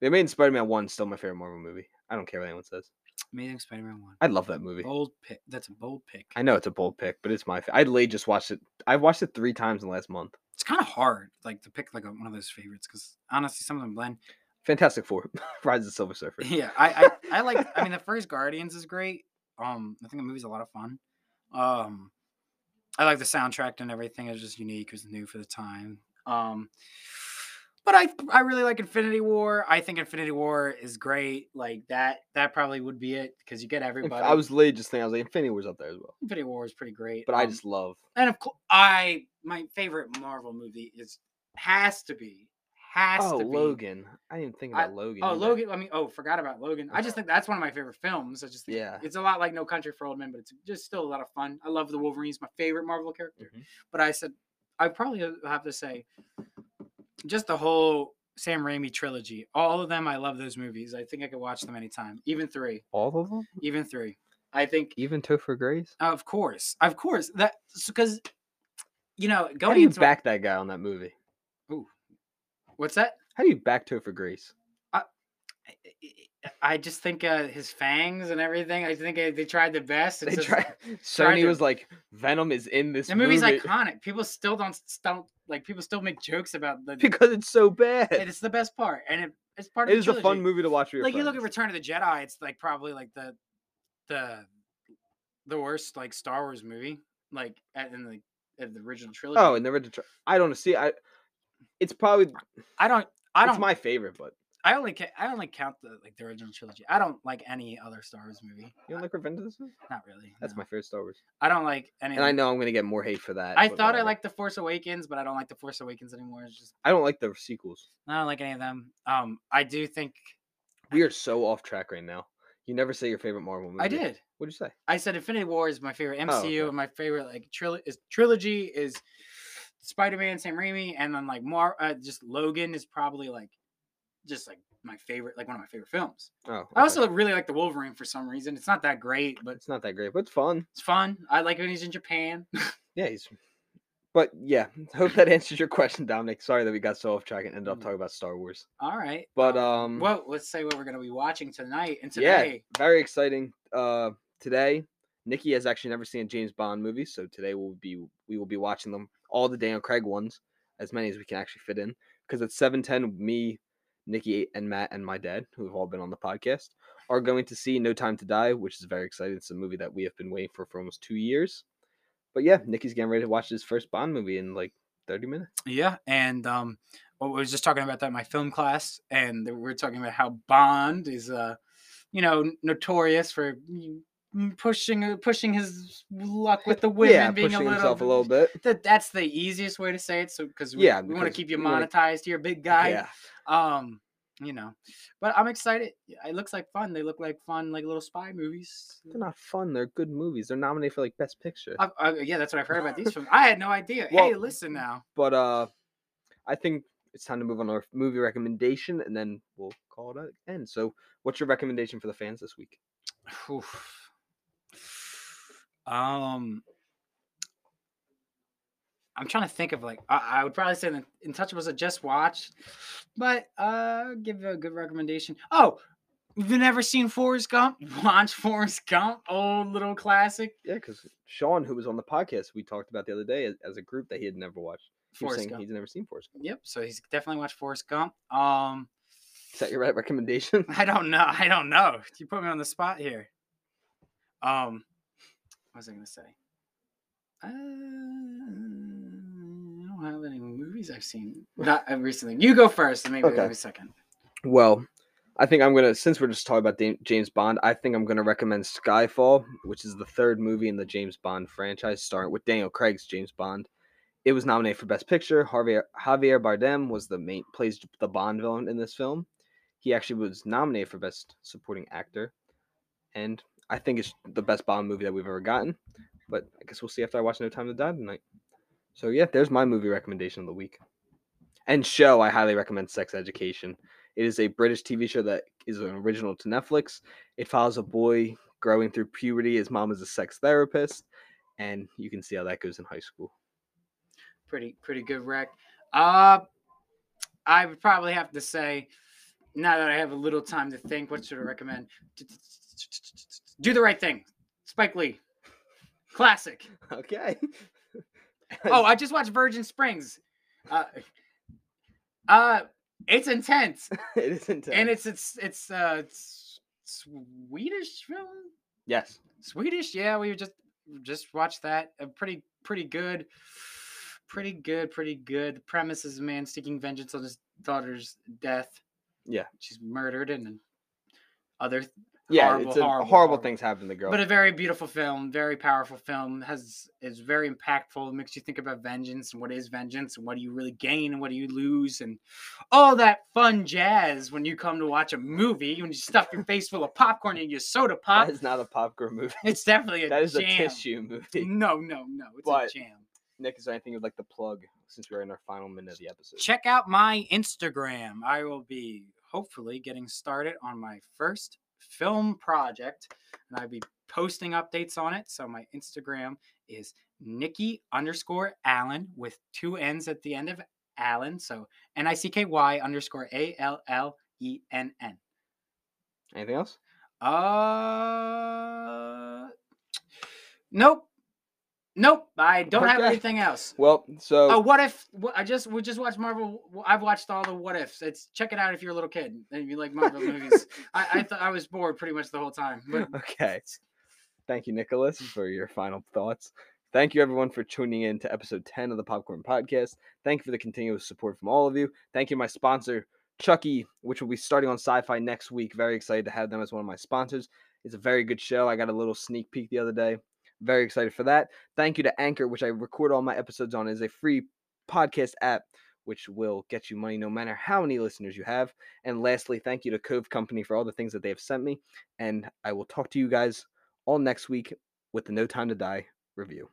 S1: They made Spider-Man One still my favorite Marvel movie. I don't care what anyone says.
S2: Amazing Spider-Man One.
S1: I love that movie.
S2: Bold pick. That's a bold pick.
S1: I know it's a bold pick, but it's my. Fa- I literally just watched it. I've watched it three times in the last month.
S2: It's kind of hard, like to pick like a, one of those favorites, because honestly, some of them blend.
S1: Fantastic Four, *laughs* Rise of the
S2: *laughs*
S1: Silver Surfer.
S2: Yeah, I, I, I like. I mean, the first Guardians is great. Um, I think the movie's a lot of fun. Um, I like the soundtrack and everything. It's just unique. It was new for the time. Um, but I, I really like Infinity War. I think Infinity War is great. Like that, that probably would be it because you get
S1: Inf-
S2: everybody.
S1: I was literally just thinking. I was like, Infinity War's up there as well.
S2: Infinity War is pretty great.
S1: But I
S2: um,
S1: just love.
S2: and of course, I my favorite Marvel movie is has to be has
S1: Oh,
S2: to be
S1: Logan. I didn't think
S2: I-
S1: about Logan.
S2: Oh,
S1: either.
S2: Logan. I mean, oh, forgot about Logan. I just think that's one of my favorite films. I just think
S1: Yeah.
S2: it's a lot like No Country for Old Men, but it's just still a lot of fun. I love the Wolverine. He's my favorite Marvel character.
S1: Mhm.
S2: But I said I probably ha- have to say just the whole Sam Raimi trilogy. All of them. I love those movies. I think I could watch them anytime. Even three.
S1: All of them,
S2: Even three. I think.
S1: even Topher Grace.
S2: Of course. Of course. That because you know
S1: How
S2: going
S1: do you
S2: into a-
S1: back that guy on that movie?
S2: what's that?
S1: How do you back Topher Grace?
S2: I- I- I just think uh, his fangs and everything. I think uh, they tried the best. It's
S1: They
S2: just-
S1: try.
S2: tried
S1: Sony
S2: to-
S1: was like, Venom is in this
S2: The
S1: movie.
S2: movie's iconic. People still don't don't like. People still make jokes about
S1: *laughs*
S2: the.
S1: because it's so bad.
S2: and it's the best part, and it, it's part of.
S1: It
S2: the
S1: is a fun
S2: trilogy.
S1: movie to watch. with your
S2: Like you look at
S1: friends.
S2: Return of the Jedi, it's like probably like the, the, the worst like Star Wars movie like at, in the at the original trilogy.
S1: Oh, and the Red Detr- I don't see. I. It's probably.
S2: I don't. I
S1: It's
S2: don't.
S1: my favorite, but
S2: I only. Ca- I only count the like the original trilogy. I don't like any other Star Wars movie.
S1: you don't like Revenge of the Sith?
S2: Not really.
S1: That's my favorite Star Wars,
S2: my. I don't like any.
S1: and I know I'm gonna get more hate for that.
S2: I
S1: but
S2: thought I
S1: whatever.
S2: liked the Force Awakens, but I don't like the Force Awakens anymore. It's just
S1: I don't like the sequels.
S2: I don't like any of them. Um, I do think
S1: We are so off track right now. You never say your favorite Marvel movie.
S2: I did.
S1: What'd you say?
S2: I said Infinity War is my favorite MCU,
S1: Oh, okay.
S2: and my favorite like tril- is trilogy is Spider Man, Sam Raimi, and then like Mar, uh, just Logan is probably like just like my favorite, like one of my favorite films.
S1: Oh,
S2: I
S1: okay.
S2: also really like the Wolverine for some reason. It's not that great, but
S1: It's not that great, but it's fun.
S2: it's fun. I like when he's in Japan. *laughs*
S1: Yeah, he's. But yeah, *laughs* hope that answers your question, Dominic. Sorry that we got so off track and ended up
S2: Mm.
S1: talking about Star Wars.
S2: All right,
S1: But um,
S2: well, let's say what we're gonna be watching tonight and
S1: Yeah.
S2: today.
S1: very exciting. Uh, today, Nikki has actually never seen a James Bond movie, so today we'll be we will be watching them all the Daniel Craig ones, as many as we can actually fit in, because at seven ten, me Nikki and Matt and my dad, who have all been on the podcast, are going to see No Time to Die, which is very exciting. It's a movie that we have been waiting for for almost two years. But yeah, Nikki's getting ready to watch his first Bond movie in like 30 minutes.
S2: Yeah, and um, well, I was just talking about that in my film class, and we were talking about how Bond is, uh, you know, notorious for mm, pushing pushing his luck with the women,
S1: yeah,
S2: being
S1: pushing
S2: a little,
S1: himself a little bit.
S2: That, that's the easiest way to say it, so because we,
S1: Yeah,
S2: we want to
S1: because
S2: keep you
S1: we wanna-
S2: monetized here, big guy.
S1: Yeah.
S2: Um, you know, but I'm excited. It looks like fun. They look like fun, like little spy movies.
S1: They're not fun. They're good movies. They're nominated for like Best Picture.
S2: I, I, yeah, that's what I've heard
S1: *laughs*
S2: about these films. I had no idea. hey,
S1: Well,
S2: listen now.
S1: but uh, I think it's time to move on to our movie recommendation, and then we'll call it an end. So, what's your recommendation for the fans this week?
S2: Oof. Um, I'm trying to think of like I, I would probably say that Intouchables I just watched, but uh, give a good recommendation. Oh, you've never seen Forrest Gump? *laughs* Watch Forrest Gump, old little classic.
S1: Yeah, because Sean, who was on the podcast we talked about the other day as, as a group that he had never watched, he was
S2: Forrest
S1: saying
S2: Gump.
S1: he's never seen Forrest. Gump.
S2: Yep. So he's definitely watched Forrest Gump. Um,
S1: Is that your right recommendation?
S2: I don't know. I don't know. You put me on the spot here. Um, what was I gonna say? Uh, I don't have any movies I've seen not uh, recently. You go first, and maybe
S1: Okay.
S2: wait a second.
S1: Well, I think I'm gonna since we're just talking about Da- James Bond, I think I'm gonna recommend Skyfall, which is the third movie in the James Bond franchise, starring with Daniel Craig's James Bond. It was nominated for Best Picture. Javier, Javier Bardem was the main plays the Bond villain in this film. He actually was nominated for Best Supporting Actor, and I think it's the best Bond movie that we've ever gotten. But I guess we'll see after I watch No Time to Die tonight. So yeah, there's my movie recommendation of the week. And show I highly recommend Sex Education. It is a British TV show that is an original to Netflix. It follows a boy growing through puberty. His mom is a sex therapist, and you can see how that goes in high school. *laughs*
S2: Pretty pretty good rec. Uh, I would probably have to say, now that I have a little time to think, what should I recommend? Do the right thing, Spike Lee, classic.
S1: Okay. *laughs*
S2: oh, I just watched Virgin Springs. Uh, uh it's intense,
S1: it uh, is intense.
S2: and it's it's it's uh it's Swedish film,
S1: yes,
S2: Swedish. Yeah, we just just watched that. A pretty pretty good, pretty good, pretty good. The premise is a man seeking vengeance on his daughter's death.
S1: Yeah.
S2: she's murdered, and then other
S1: yeah,
S2: Horrible,
S1: it's a,
S2: horrible,
S1: horrible,
S2: horrible.
S1: things happen to the girl.
S2: but a very beautiful film, very powerful film. Has is very impactful. Makes you think about vengeance and what is vengeance and what do you really gain and what do you lose and all that fun jazz when you come to watch a movie when you stuff your face full of popcorn and your soda pop.
S1: that is not a popcorn movie.
S2: *laughs* it's definitely
S1: *laughs*
S2: a
S1: That is
S2: jam.
S1: a tissue movie. *laughs*
S2: No, no, no, it's a
S1: But-
S2: jam.
S1: Nick, is there anything you'd like to plug since we're in our final minute of the episode?
S2: Check out my Instagram. I will be hopefully getting started on my first film project, and I'll be posting updates on it. So my Instagram is Nikki underscore Allen with two N's at the end of Allen. So N I C K Y underscore A L L E N N.
S1: Anything else?
S2: Uh, nope, nope. I don't have
S1: Okay.
S2: anything else.
S1: Well, so
S2: Oh, what if wh- I just we just watched Marvel? wh- I've watched all the what ifs. It's check it out if you're a little kid and you like Marvel movies. I I, th- I was bored pretty much the whole time. But
S1: *laughs* okay. Thank you, Nicholas, for your final thoughts. Thank you, everyone, for tuning in to episode 10 of the Popcorn Podcast. Thank you for the continuous support from all of you. Thank you, to my sponsor, Chucky, which will be starting on sci fi next week. Very excited to have them as one of my sponsors. It's a very good show. I got a little sneak peek the other day. Very excited for that. Thank you to Anchor, which I record all my episodes on, It is a free podcast app, which will get you money no matter how many listeners you have. And lastly, thank you to Cove Company for all the things that they have sent me. And I will talk to you guys all next week with the No Time to Die review.